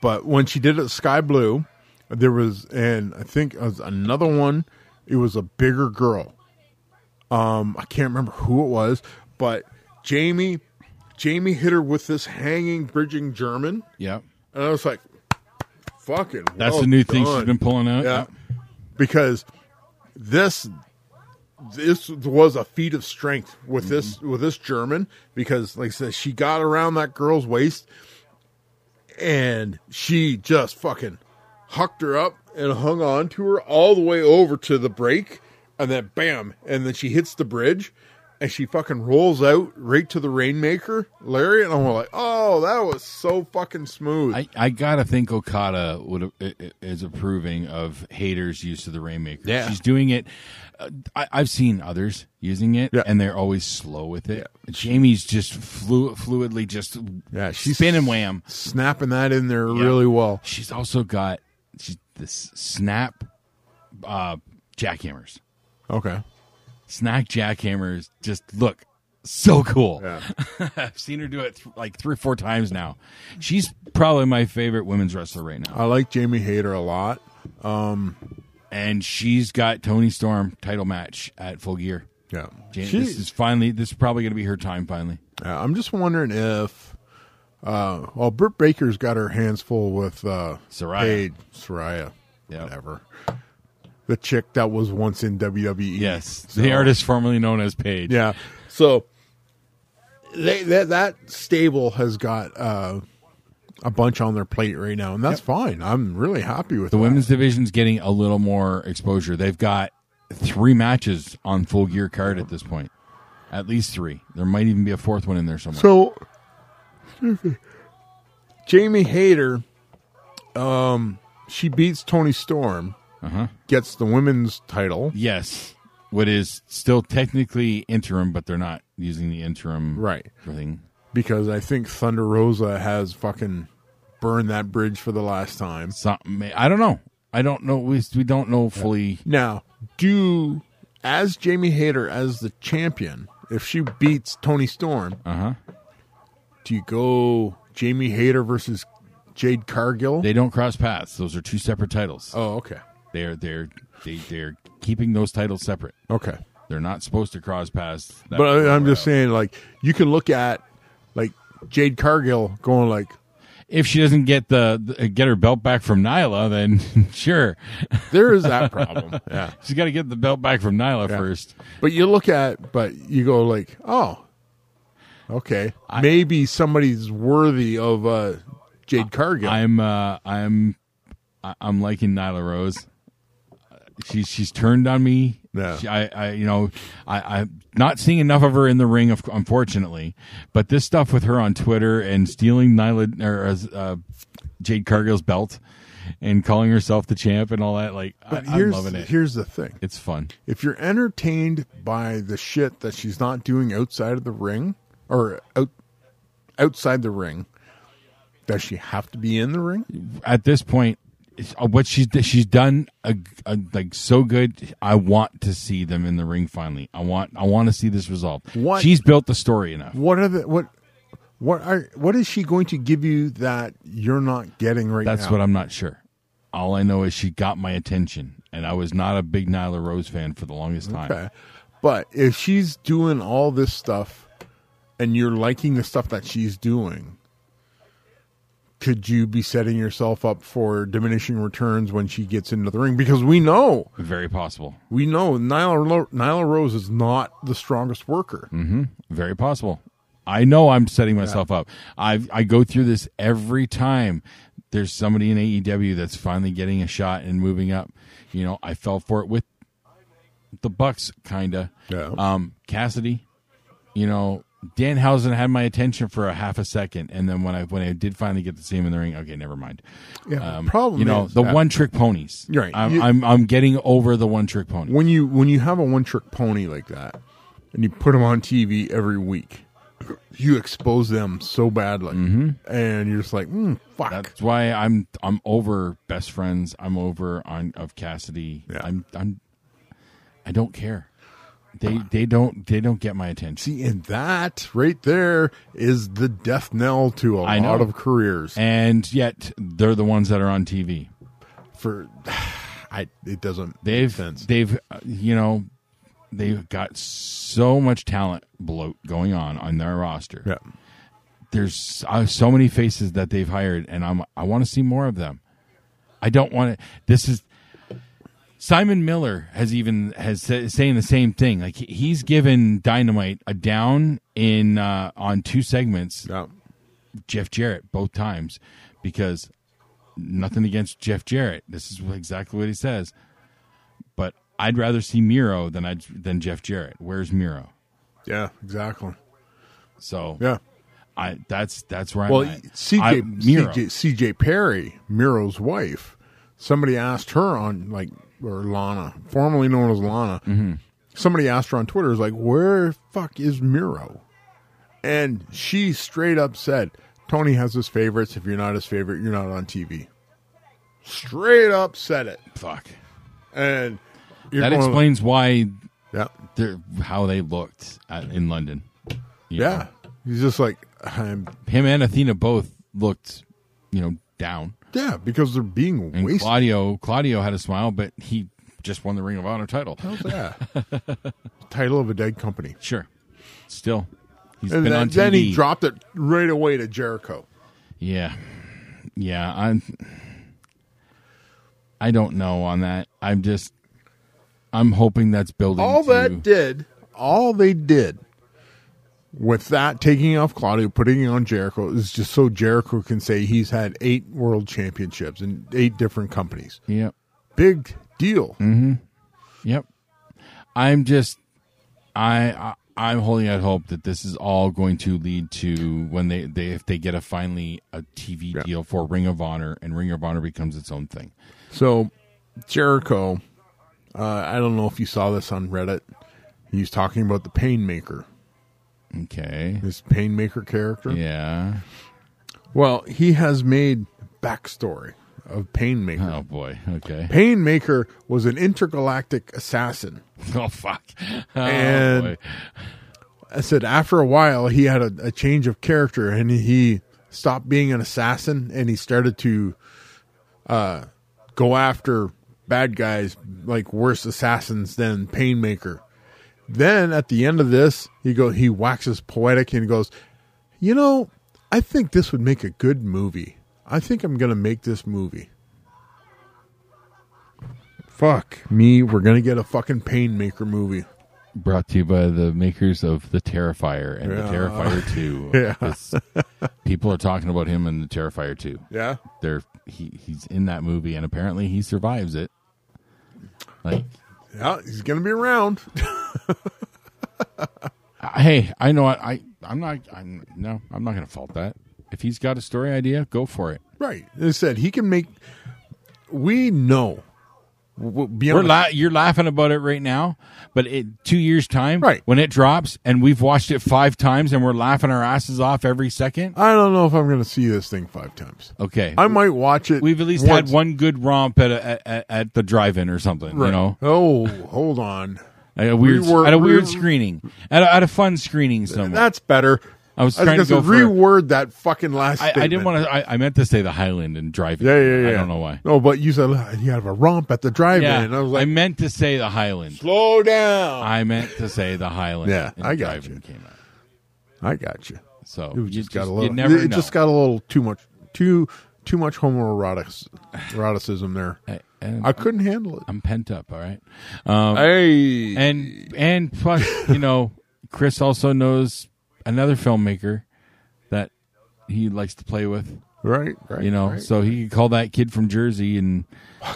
But when she did it sky blue, there was and I think it was another one, it was a bigger girl. Um I can't remember who it was, but Jamie Jamie hit her with this hanging bridging German
Yep.
and I was like fucking
That's
well
the new thing she's
done.
been pulling out.
Oh, Yeah. Because this this was a feat of strength with this with this German because like I said, she got around that girl's waist and she just fucking hucked her up and hung on to her all the way over to the break and then bam and then she hits the bridge and she fucking rolls out right to the rainmaker Larry and I'm like oh that was so fucking smooth
I, I gotta think Okada would i- i- is approving of haters' use of the Rainmaker.
Yeah.
she's doing it. Uh, I, I've seen others using it,
Yeah.
and they're always slow with it. Jamie's just flu- fluidly just
Yeah, she's-
spin and wham.
snapping that in there really well
She's also got she's this snap uh, jackhammers,
okay
snack jackhammers. Just look so cool.
yeah
I've seen her do it th- like three or four times now. She's probably my favorite women's wrestler right now.
I like Jamie Hayter a lot
and she's got Tony Storm title match at Full Gear.
yeah
Jan-
She-
this is finally. This is probably going to be her time. Finally,
Uh, I'm just wondering if, uh, well, Britt Baker's got her hands full with uh,
Saraya.
Paige, Soraya,
Yep.
whatever. The chick that was once in WWE.
yes,
So-
the artist formerly known as Paige.
Yeah. So they, that that stable has got uh, a bunch on their plate right now, and that's fine. I'm really happy with
the
that.
women's division's getting a little more exposure. They've got three matches on Full Gear card at this point, at least three. There might even be a fourth one in there somewhere.
So, Jamie Hayter, um, she beats Tony Storm, gets the women's title,
yes, what is still technically interim, but they're not using the interim
right?
thing.
Because I think Thunder Rosa has fucking burned that bridge for the last time.
Something I don't know. I don't know. We we don't know fully.
Now, do as Jamie Hayter as the champion, if she beats Tony Storm,
Uh huh.
do you go Jamie Hayter versus Jade Cargill?
They don't cross paths. Those are two separate titles.
oh, okay,
They're they're they, they're keeping those titles separate.
okay.
They're not supposed to cross paths. that-
But I, I'm just saying, like, you can look at like Jade Cargill going like,
if she doesn't get the, the- get her belt back from Nyla, then sure
there is that problem. yeah.
she's got to get the belt back from Nyla first.
But you look at, but you go like, oh, okay, maybe somebody's worthy of uh, Jade Cargill.
I'm uh I'm I- I'm liking Nyla Rose. She's she's turned on me.
Yeah.
She- I, I you know I I'm not seeing enough of her in the ring, of, unfortunately. But this stuff with her on Twitter and stealing Nyla or uh, Jade Cargill's belt and calling herself the champ and all that, like I,
but
I'm
here's
loving it.
here's the thing:
It's fun.
if you're entertained by the shit that she's not doing outside of the ring or out, outside the ring, does she have to be in the ring?
at this point, it's- uh, what she's she's done uh uh like so good. I want to see them in the ring finally. I want I want to see this resolved.
What-
She's built the story enough.
What are the what? What are what is she going to give you that you're not getting right
That's
now?
what I'm not sure. All I know is she got my attention, and I was not a big Nyla Rose fan for the longest time.
Okay. But if she's doing all this stuff, and you're liking the stuff that she's doing, could you be setting yourself up for diminishing returns when she gets into the ring? Because we know,
Very possible.
we know Nyla Lo- Nyla Rose is not the strongest worker.
Mm. Very possible. I know I'm setting myself up. I I go through this every time. there's somebody in AEW that's finally getting a shot and moving up. You know, I fell for it with the Bucks, kinda.
Yeah.
Um, Cassidy, you know, Danhausen had my attention for a half a second, and then when I when I did finally get to see him in the ring, okay, never mind.
Yeah,
Um,
problem
you know,
is
the
that
one trick ponies.
Right.
I'm,
You-
I'm I'm getting over the one trick pony.
when you when you have a one trick pony like that, and you put them on TV every week, you expose them so badly, and you're just like, mm, fuck.
Mm-hmm. That's why I'm I'm over best friends. I'm over on of Cassidy.
Yeah.
I'm I'm I don't care. They they don't they don't get my attention.
See, and that right there is the death knell to a
I
lot
know.
of careers.
And yet they're the ones that are on TV.
For I, it doesn't
They've
make sense.
they've uh, you know they've got so much talent bloat going on on their roster.
yeah,
there's uh, so many faces that they've hired, and I'm I want to see more of them. I don't want to. This is Simon Miller has even has sa- saying the same thing. Like he- he's given Dynamite a down in uh, on two segments.
yeah,
Jeff Jarrett both times because nothing against Jeff Jarrett. This is exactly what he says. But I'd rather see Miro than I than Jeff Jarrett. Where's Miro?
yeah, exactly.
So
Yeah.
I that's that's where
Well,
I'm at. I-
CJ,
Miro.
CJ CJ Perry, Miro's wife, somebody asked her on like or Lana, formerly known as Lana.
Mm-hmm.
Somebody asked her on Twitter, is like, where fuck is Miro? And she straight up said, Tony has his favorites. If you're not his favorite, you're not on TV. Straight up said it,
Fuck.
and you're
That
going-
explains why
Yeah,
they're how they looked at, in London. You
yeah. He's just like, um, I'm,
know. him and Athena both looked, you know, down.
yeah, because they're being
And
wasted.
Claudio, Claudio had a smile, but he just won the Ring of Honor title.
How's that? Title of a dead company.
Sure, still, he's
And
been
then,
on TV.
then he dropped it right away to Jericho.
Yeah, yeah. I'm. I don't know on that. I'm just. I'm hoping that's building.
All
to-
that did, all they did with that taking off Claudio, putting it on Jericho, is just so Jericho can say he's had eight world championships in eight different companies.
Yep.
Big deal.
Mm. Yep. I'm just I, I I'm holding out hope that this is all going to lead to when they, they if they get a finally a TV deal for Ring of Honor and Ring of Honor becomes its own thing.
So Jericho, uh, I don't know if you saw this on Reddit. He's talking about the Painmaker,
Okay.
this Painmaker character.
Yeah.
Well, he has made backstory of Painmaker.
Oh boy. Okay.
Painmaker was an intergalactic assassin.
Oh fuck. Oh,
And-
boy.
I said after a while, he had a, a change of character and he stopped being an assassin and he started to uh, go after bad guys, like worse assassins than Painmaker. Then at the end of this, he go he waxes poetic and goes, "You know, I think this would make a good movie. I think I'm going to make this movie." Fuck me, we're going to get a fucking Painmaker movie.
brought to you by the makers of The Terrifier and
Yeah.
The Terrifier 2.
Yeah.
This- people are talking about him in The Terrifier 2.
Yeah.
They're he, he's in that movie and apparently he survives it. Like
Yeah, he's going to be around.
hey, I know what I I'm not I'm no, I'm not gonna fault that. If he's got a story idea, go for it.
Right. They said he can make. We know. W-
We're
Beyond
la- you're laughing about it right now, but it two years time,
Right.
when it drops and we've watched it five times and we're laughing our asses off every second.
I don't know if I'm going to see this thing five times.
Okay,
I might watch it.
we've at least
once.
had one good romp at a, at, at the drive-in or something, you
Right.
know,
Oh, hold on.
at a weird
Rework-
at a weird
rework-
screening, at a, at a fun screening somewhere.
That's better.
I was
gonna
trying to
say,
go for-
reword that fucking last.
I, I didn't want to. I, I meant to say the Highland and drive-in.
Yeah, yeah, yeah.
I don't know why.
No, but you said "Look, you have a romp at the drive-in.
Yeah,
I was like,
I meant to say the Highland.
slow down.
I meant to say the Highland.
Yeah,
and
I got
Drive-In
you.
Came out.
I got you.
So
It
Oh, you
was just got a little.
You never
it
know.
just got a little too much. Too too much homoerotic eroticism there.
I, and
I couldn't handle it.
I'm pent up. All right. Um,
Hey,
And and plus, you know, Chris also knows another filmmaker that he likes to play with.
Right, right.
you know,
right.
so he could call that kid from Jersey and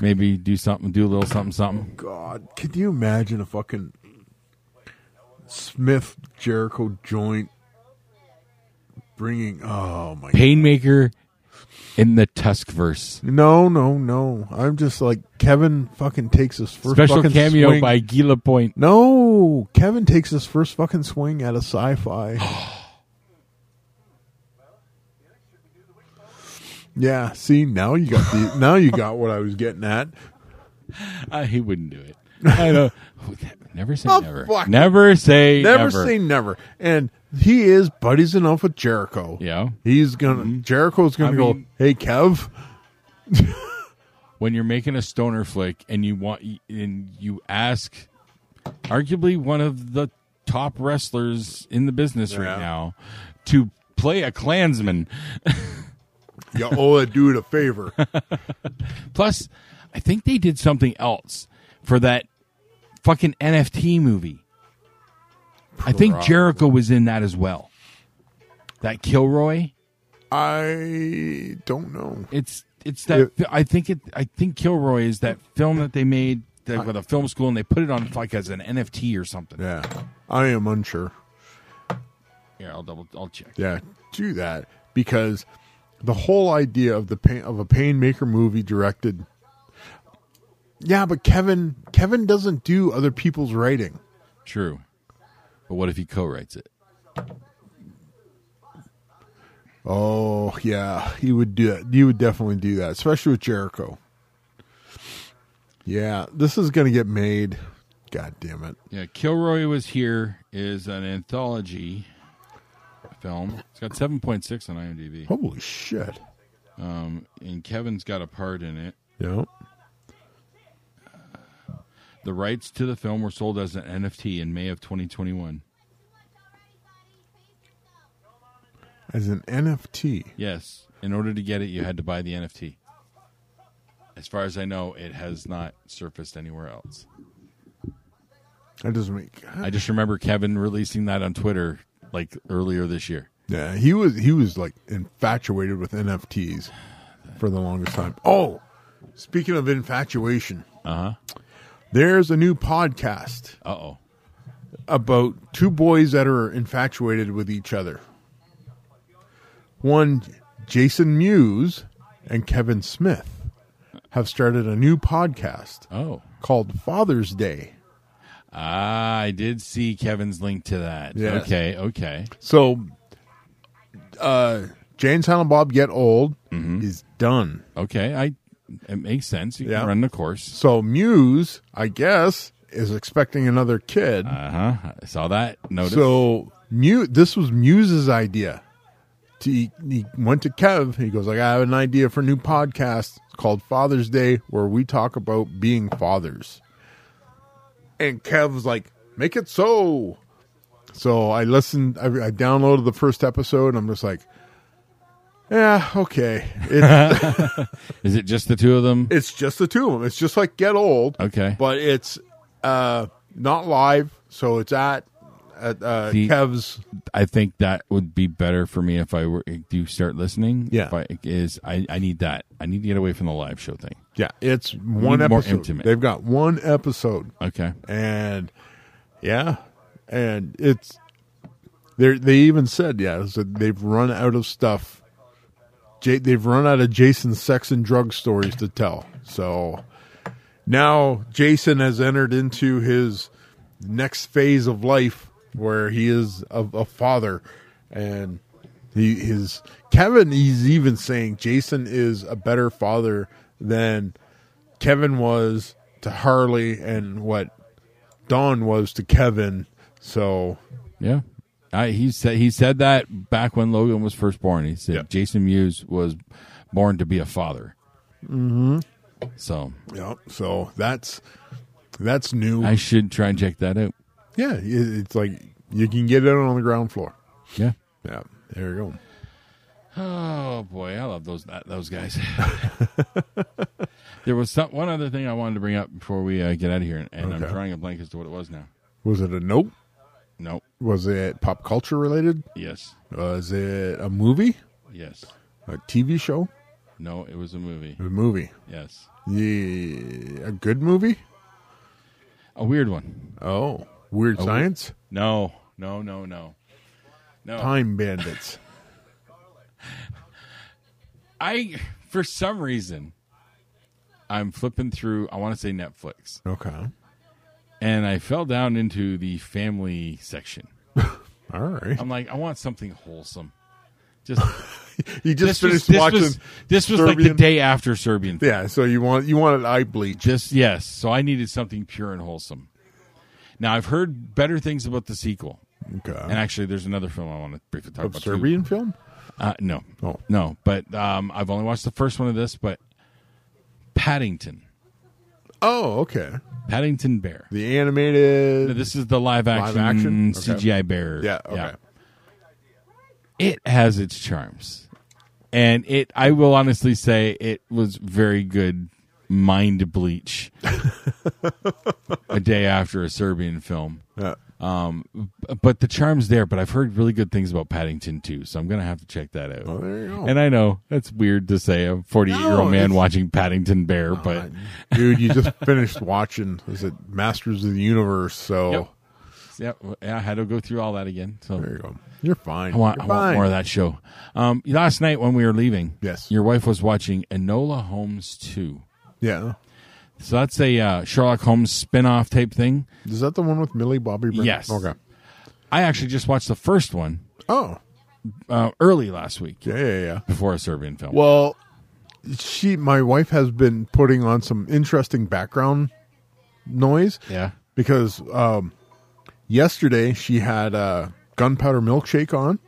maybe do something, do a little something, something.
God, could you imagine a fucking Smith Jericho joint bringing? Oh my!
Painmaker in the Tuskverse.
No, no, no. I'm just like Kevin. Fucking takes his first
Special
fucking
cameo
swing.
by Gila Point.
No, Kevin takes his first fucking swing at a sci-fi. yeah, see now you got the now you got what I was getting at.
Uh, he wouldn't do it. I know. Never say
Oh,
never.
fuck.
Never say
Never,
never.
say never. And he is buddies enough with Jericho.
Yeah. Mm-hmm.
He's gonna Jericho's gonna
I
go,
mean-
Hey Kev.
when you're making a stoner flick and you want and you ask arguably one of the top wrestlers in the business
Yeah.
right now to play a Klansman.
You owe that dude a favor.
Plus, I think they did something else for that fucking NFT movie. I think Jericho was in that as well. That Kilroy.
I don't know.
It's it's that I think it I think Kilroy is that film that they made that, with a film school and they put it on like as an NFT or something.
Yeah. I am unsure.
Here, I'll double I'll check.
Yeah, do that because the whole idea of the pain of a painmaker movie directed. Yeah, but Kevin Kevin doesn't do other people's writing.
True. But what if he co-writes it?
Oh yeah, he would do it. He would definitely do that, especially with Jericho. Yeah, this is gonna get made. God damn it!
Yeah, Kilroy was here is an anthology film. It's got 7.6 on IMDb.
Holy shit!
Um, and Kevin's got a part in it.
Yep.
The rights to the film were sold as an NFT in May of 2021.
As an NFT,
Yes, in order to get it you had to buy the NFT. As far as I know, it has not surfaced anywhere else.
that doesn't make.
I just remember Kevin releasing that on Twitter like earlier this year.
Yeah, he was he was like infatuated with NFTs for the longest time. Oh, speaking of infatuation,
Uh-huh.
there's a new podcast
Uh-oh.
about two boys that are infatuated with each other. One, Jason Mewes and Kevin Smith have started a new podcast
Oh.
called Father's Day.
Ah, I did see Kevin's link to that.
Yes.
Okay, okay.
So, uh, Jane Silent Bob Get Old is done.
Okay, I it makes sense. You
Yeah.
can run the course.
So Muse, I guess, is expecting another kid.
Uh-huh. I saw that. Notice.
so Muse, this was Muse's idea. To, he, he went to Kev. He goes like, "I have an idea for a new podcast It's called Father's Day, where we talk about being fathers." And Kev was like, "Make it so." So I listened. I, I downloaded the first episode. And I'm just like, "Yeah, okay." It's,
Is it just the two of them?
it's just the two of them. It's just like Get Old
Okay.
but it's uh not live, so it's at at uh,
The-
Kev's.
I think that would be better for me if I were do start listening.
Yeah.
If I, is I I need that. I need to get away from the live show thing.
Yeah, it's one
More
episode.
intimate.
They've got one episode,
Okay.
and yeah, and it's they they even said yeah so they've run out of stuff. J- they've run out of Jason's sex and drug stories to tell. So now Jason has entered into his next phase of life where he is a, a father and he his Kevin he's even saying Jason is a better father than Kevin was to Harley and what Don was to Kevin so
Yeah. I, he said he said that back when Logan was first born. He said
Yep.
Jason Mewes was born to be a father. Mm-hmm. So
yeah so that's that's new
I should try and check that out.
yeah it- it's like you can get it on the ground floor
Yeah.
yeah there you go
Oh boy, I love those that, those guys. there was some, one other thing I wanted to bring up before we uh, get out of here, and, I'm
Okay.
drawing a blank as to what it was now.
was it a note
Nope.
was it pop culture related
Yes.
was it a movie
Yes.
A TV show?
No, it was a movie.
A movie?
Yes.
Yeah, a good movie?
A weird one.
Oh, Weird Science?
No, no, no, no. No.
Time Bandits.
I for some reason I'm flipping through I want to say Netflix
okay.
and I fell down into the family section.
All right.
I'm like I want something wholesome. Just
You just
this
finished
was, this
watching.
was, this was like the
Serbian-
day after Serbian.
Yeah, so you want you want an eye bleach.
Just yes, so I needed something pure and wholesome. Now I've heard better things about the sequel. And
Okay.
actually, there's another film I want to briefly talk
Oh. Of
about. too.
Serbian film?
Uh, no,
Oh.
no. But um, I've only watched the first one of this. But Paddington,
Oh, okay.
Paddington Bear.
The animated.
No, this is the live action,
action? Okay.
CGI bear.
yeah. Okay.
It has its charms. And it I will honestly say it was very good mind bleach a day after a Serbian film.
Yeah.
But the charm's there, but I've heard really good things about Paddington too, so I'm gonna have to check that out.
Well, Oh, there you go.
And I know that's weird to say a 48 year
No,
old man
it's- Oh,
watching Paddington Bear, but
Dude, you just finished watching. Is it Masters of the Universe? So
Yep. yeah, I had to go through all that again. So
there you go. You're fine.
I want,
You're
I want
fine.
more of that show. Um, last night when we were leaving,
Yes.
your wife was watching Enola Holmes two.
Yeah.
So that's a uh, Sherlock Holmes spin-off type thing.
Is that the one with Millie Bobby Brown?
Yes.
Okay.
I actually just watched the first one
Oh,
uh, early last week
yeah, yeah, yeah.
before a Serbian film.
Well, she, my wife, has been putting on some interesting background noise.
yeah,
because um, yesterday she had uh, gunpowder milkshake on.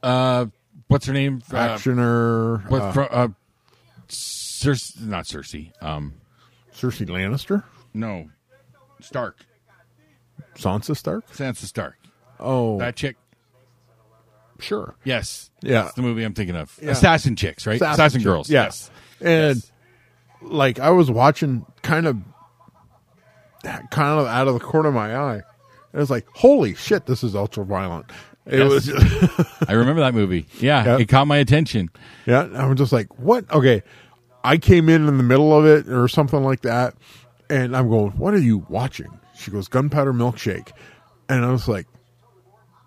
what's her name? Uh,
Actioner
what
uh,
fro- uh, Cer- not Cersei. Um,
Cersei Lannister,
no, Stark.
Sansa Stark.
Sansa Stark.
Oh,
That chick.
sure,
Yes.
Yeah.
That's the movie I'm thinking of.
Yeah.
Assassin chicks, right? Assassin, girls.
Yeah.
Yes.
and
Yes.
like I was watching, kind of, kind of out of the corner of my eye, it was like, holy shit, this is ultra violent. It
Yes.
was,
I remember that movie. Yeah,
Yeah.
it caught my attention.
yeah. and I was just like, what? Okay, I came in in the middle of it or something like that, and I'm going, what are you watching? She goes, Gunpowder Milkshake, and I was like,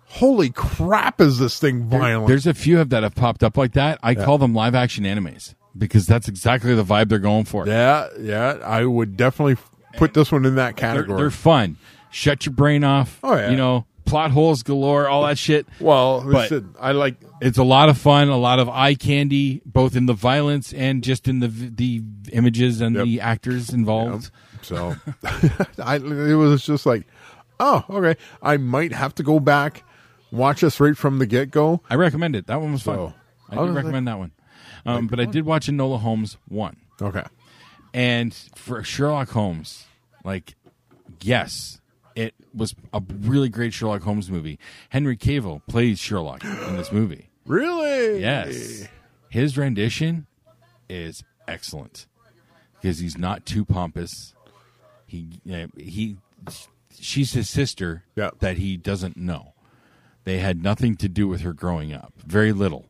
holy crap, is this thing violent?
There's a few of that have popped up like that. I call them live action animes because that's exactly the vibe they're going for.
yeah, yeah. I would definitely put this one in that
They're,
category.
they're fun. Shut your brain off.
Oh, yeah.
You know, plot holes galore, all that shit.
well,
But-
listen, I like
It's a lot of fun, a lot of eye candy, both in the violence and just in the the images and
Yep.
the actors involved.
So I, it was just like, oh, okay. I might have to go back, watch this right from the get go.
I recommend it. That one was fun.
So, I
I do
was like-
recommend that one. Um, but I did watch Enola Holmes one.
Okay.
And for Sherlock Holmes, like, yes, it was a really great Sherlock Holmes movie. Henry Cavill plays Sherlock in this movie.
Really?
Yes. His rendition is excellent because he's not too pompous. He, yeah, he, she's his sister
Yeah.
that he doesn't know. They had nothing to do with her growing up, very little.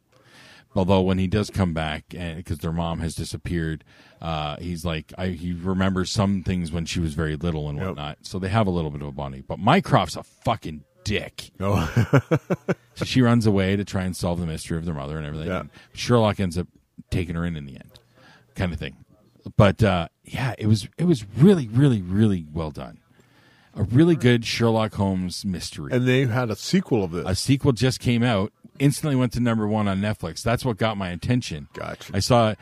Although when he does come back, and because their mom has disappeared, uh, he's like I, he remembers some things when she was very little and whatnot. So they have a little bit of a bonding. But Mycroft's a fucking dick.
Oh,
So she runs away to try and solve the mystery of their mother and everything.
Yeah.
And Sherlock ends up taking her in in the end, kind of thing. But uh, yeah, it was it was really really really well done. A really good Sherlock Holmes mystery.
and they had a sequel of this.
a sequel just came out. Instantly went to number one on Netflix. That's what got my attention.
Gotcha.
I saw.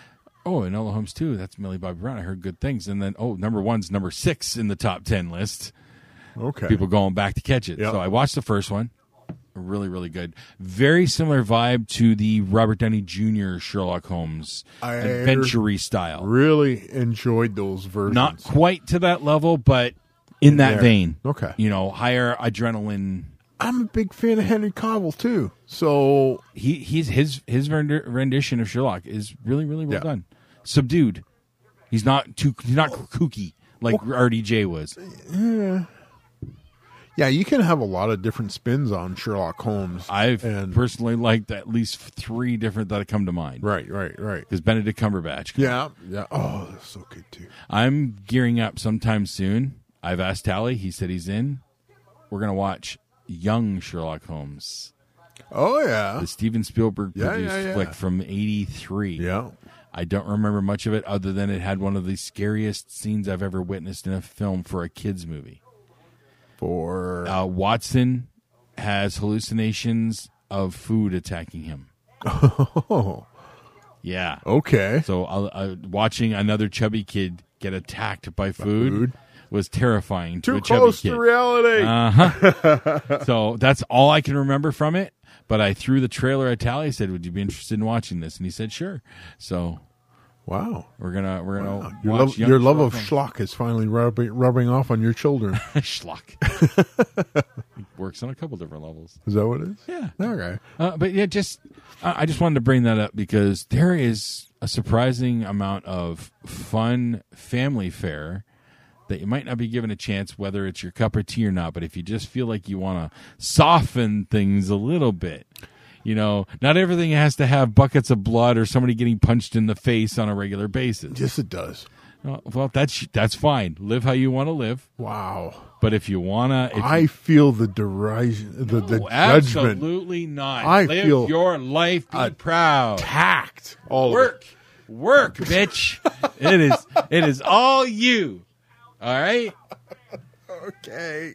Oh, Enola Holmes too. That's Millie Bobby Brown. I heard good things. And then oh, number one's number six in the top ten list
okay.
people going back to catch it.
Yep.
So I watched the first one. Really, really good. Very similar vibe to the Robert Downey Jr. Sherlock Holmes
I-
adventure style.
really enjoyed those versions.
Not quite to that level, but in that
there.
vein.
Okay.
You know, higher adrenaline.
I'm a big fan of Henry Cavill too. So
He he's his his render, rendition of Sherlock is really really well
Yeah.
done. Subdued. He's not too he's not kooky like RDJ was.
Yeah, you can have a lot of different spins on Sherlock Holmes.
I've
and
personally liked at least three different that come to mind.
right, right, right.
Because Benedict Cumberbatch.
Yeah, yeah. Oh, that's so good too.
I'm gearing up sometime soon. I've asked Tally. He said he's in. We're going to watch Young Sherlock Holmes,
Oh yeah,
the Steven Spielberg
Yeah,
produced
yeah, yeah.
flick from 83.
yeah.
I don't remember much of it other than it had one of the scariest scenes I've ever witnessed in a film for a kids movie.
For
Uh, Watson has hallucinations of food attacking him.
oh,
Yeah.
okay.
So uh, uh, watching another chubby kid get attacked by food,
food.
was terrifying to
Too
a chubby
close
kid.
to reality.
So that's all I can remember from it. But I threw the trailer at Tally. I said, "Would you be interested in watching this?" And he said, "Sure." So
wow.
we're gonna we're gonna watch
Your love,
Young
your love of
Sherlock
schlock is finally rubbing, rubbing off on your children.
Holmes. schlock. It Works on a couple different levels.
Is that what it is?
Yeah.
Okay.
Uh, but yeah, just I I just wanted to bring that up because there is a surprising amount of fun family fare that you might not be given a chance, whether it's your cup of tea or not. But if you just feel like you want to soften things a little bit, you know, not everything has to have buckets of blood or somebody getting punched in the face on a regular basis.
Yes, it does.
Uh, Well, that's that's fine. Live how you want to live.
Wow.
But if you wanna, if
I feel the derision, the, the
you,
judgment,
Oh, absolutely not.
I
live
feel
your life. Be proud.
tact, all of it.
work work bitch it is it is all you all right
Okay.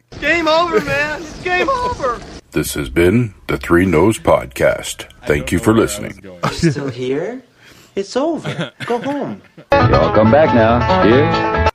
This has been the Three Nose Podcast. Thank you for listening.
Still here? It's over. Go home.
Y'all come back now. Here.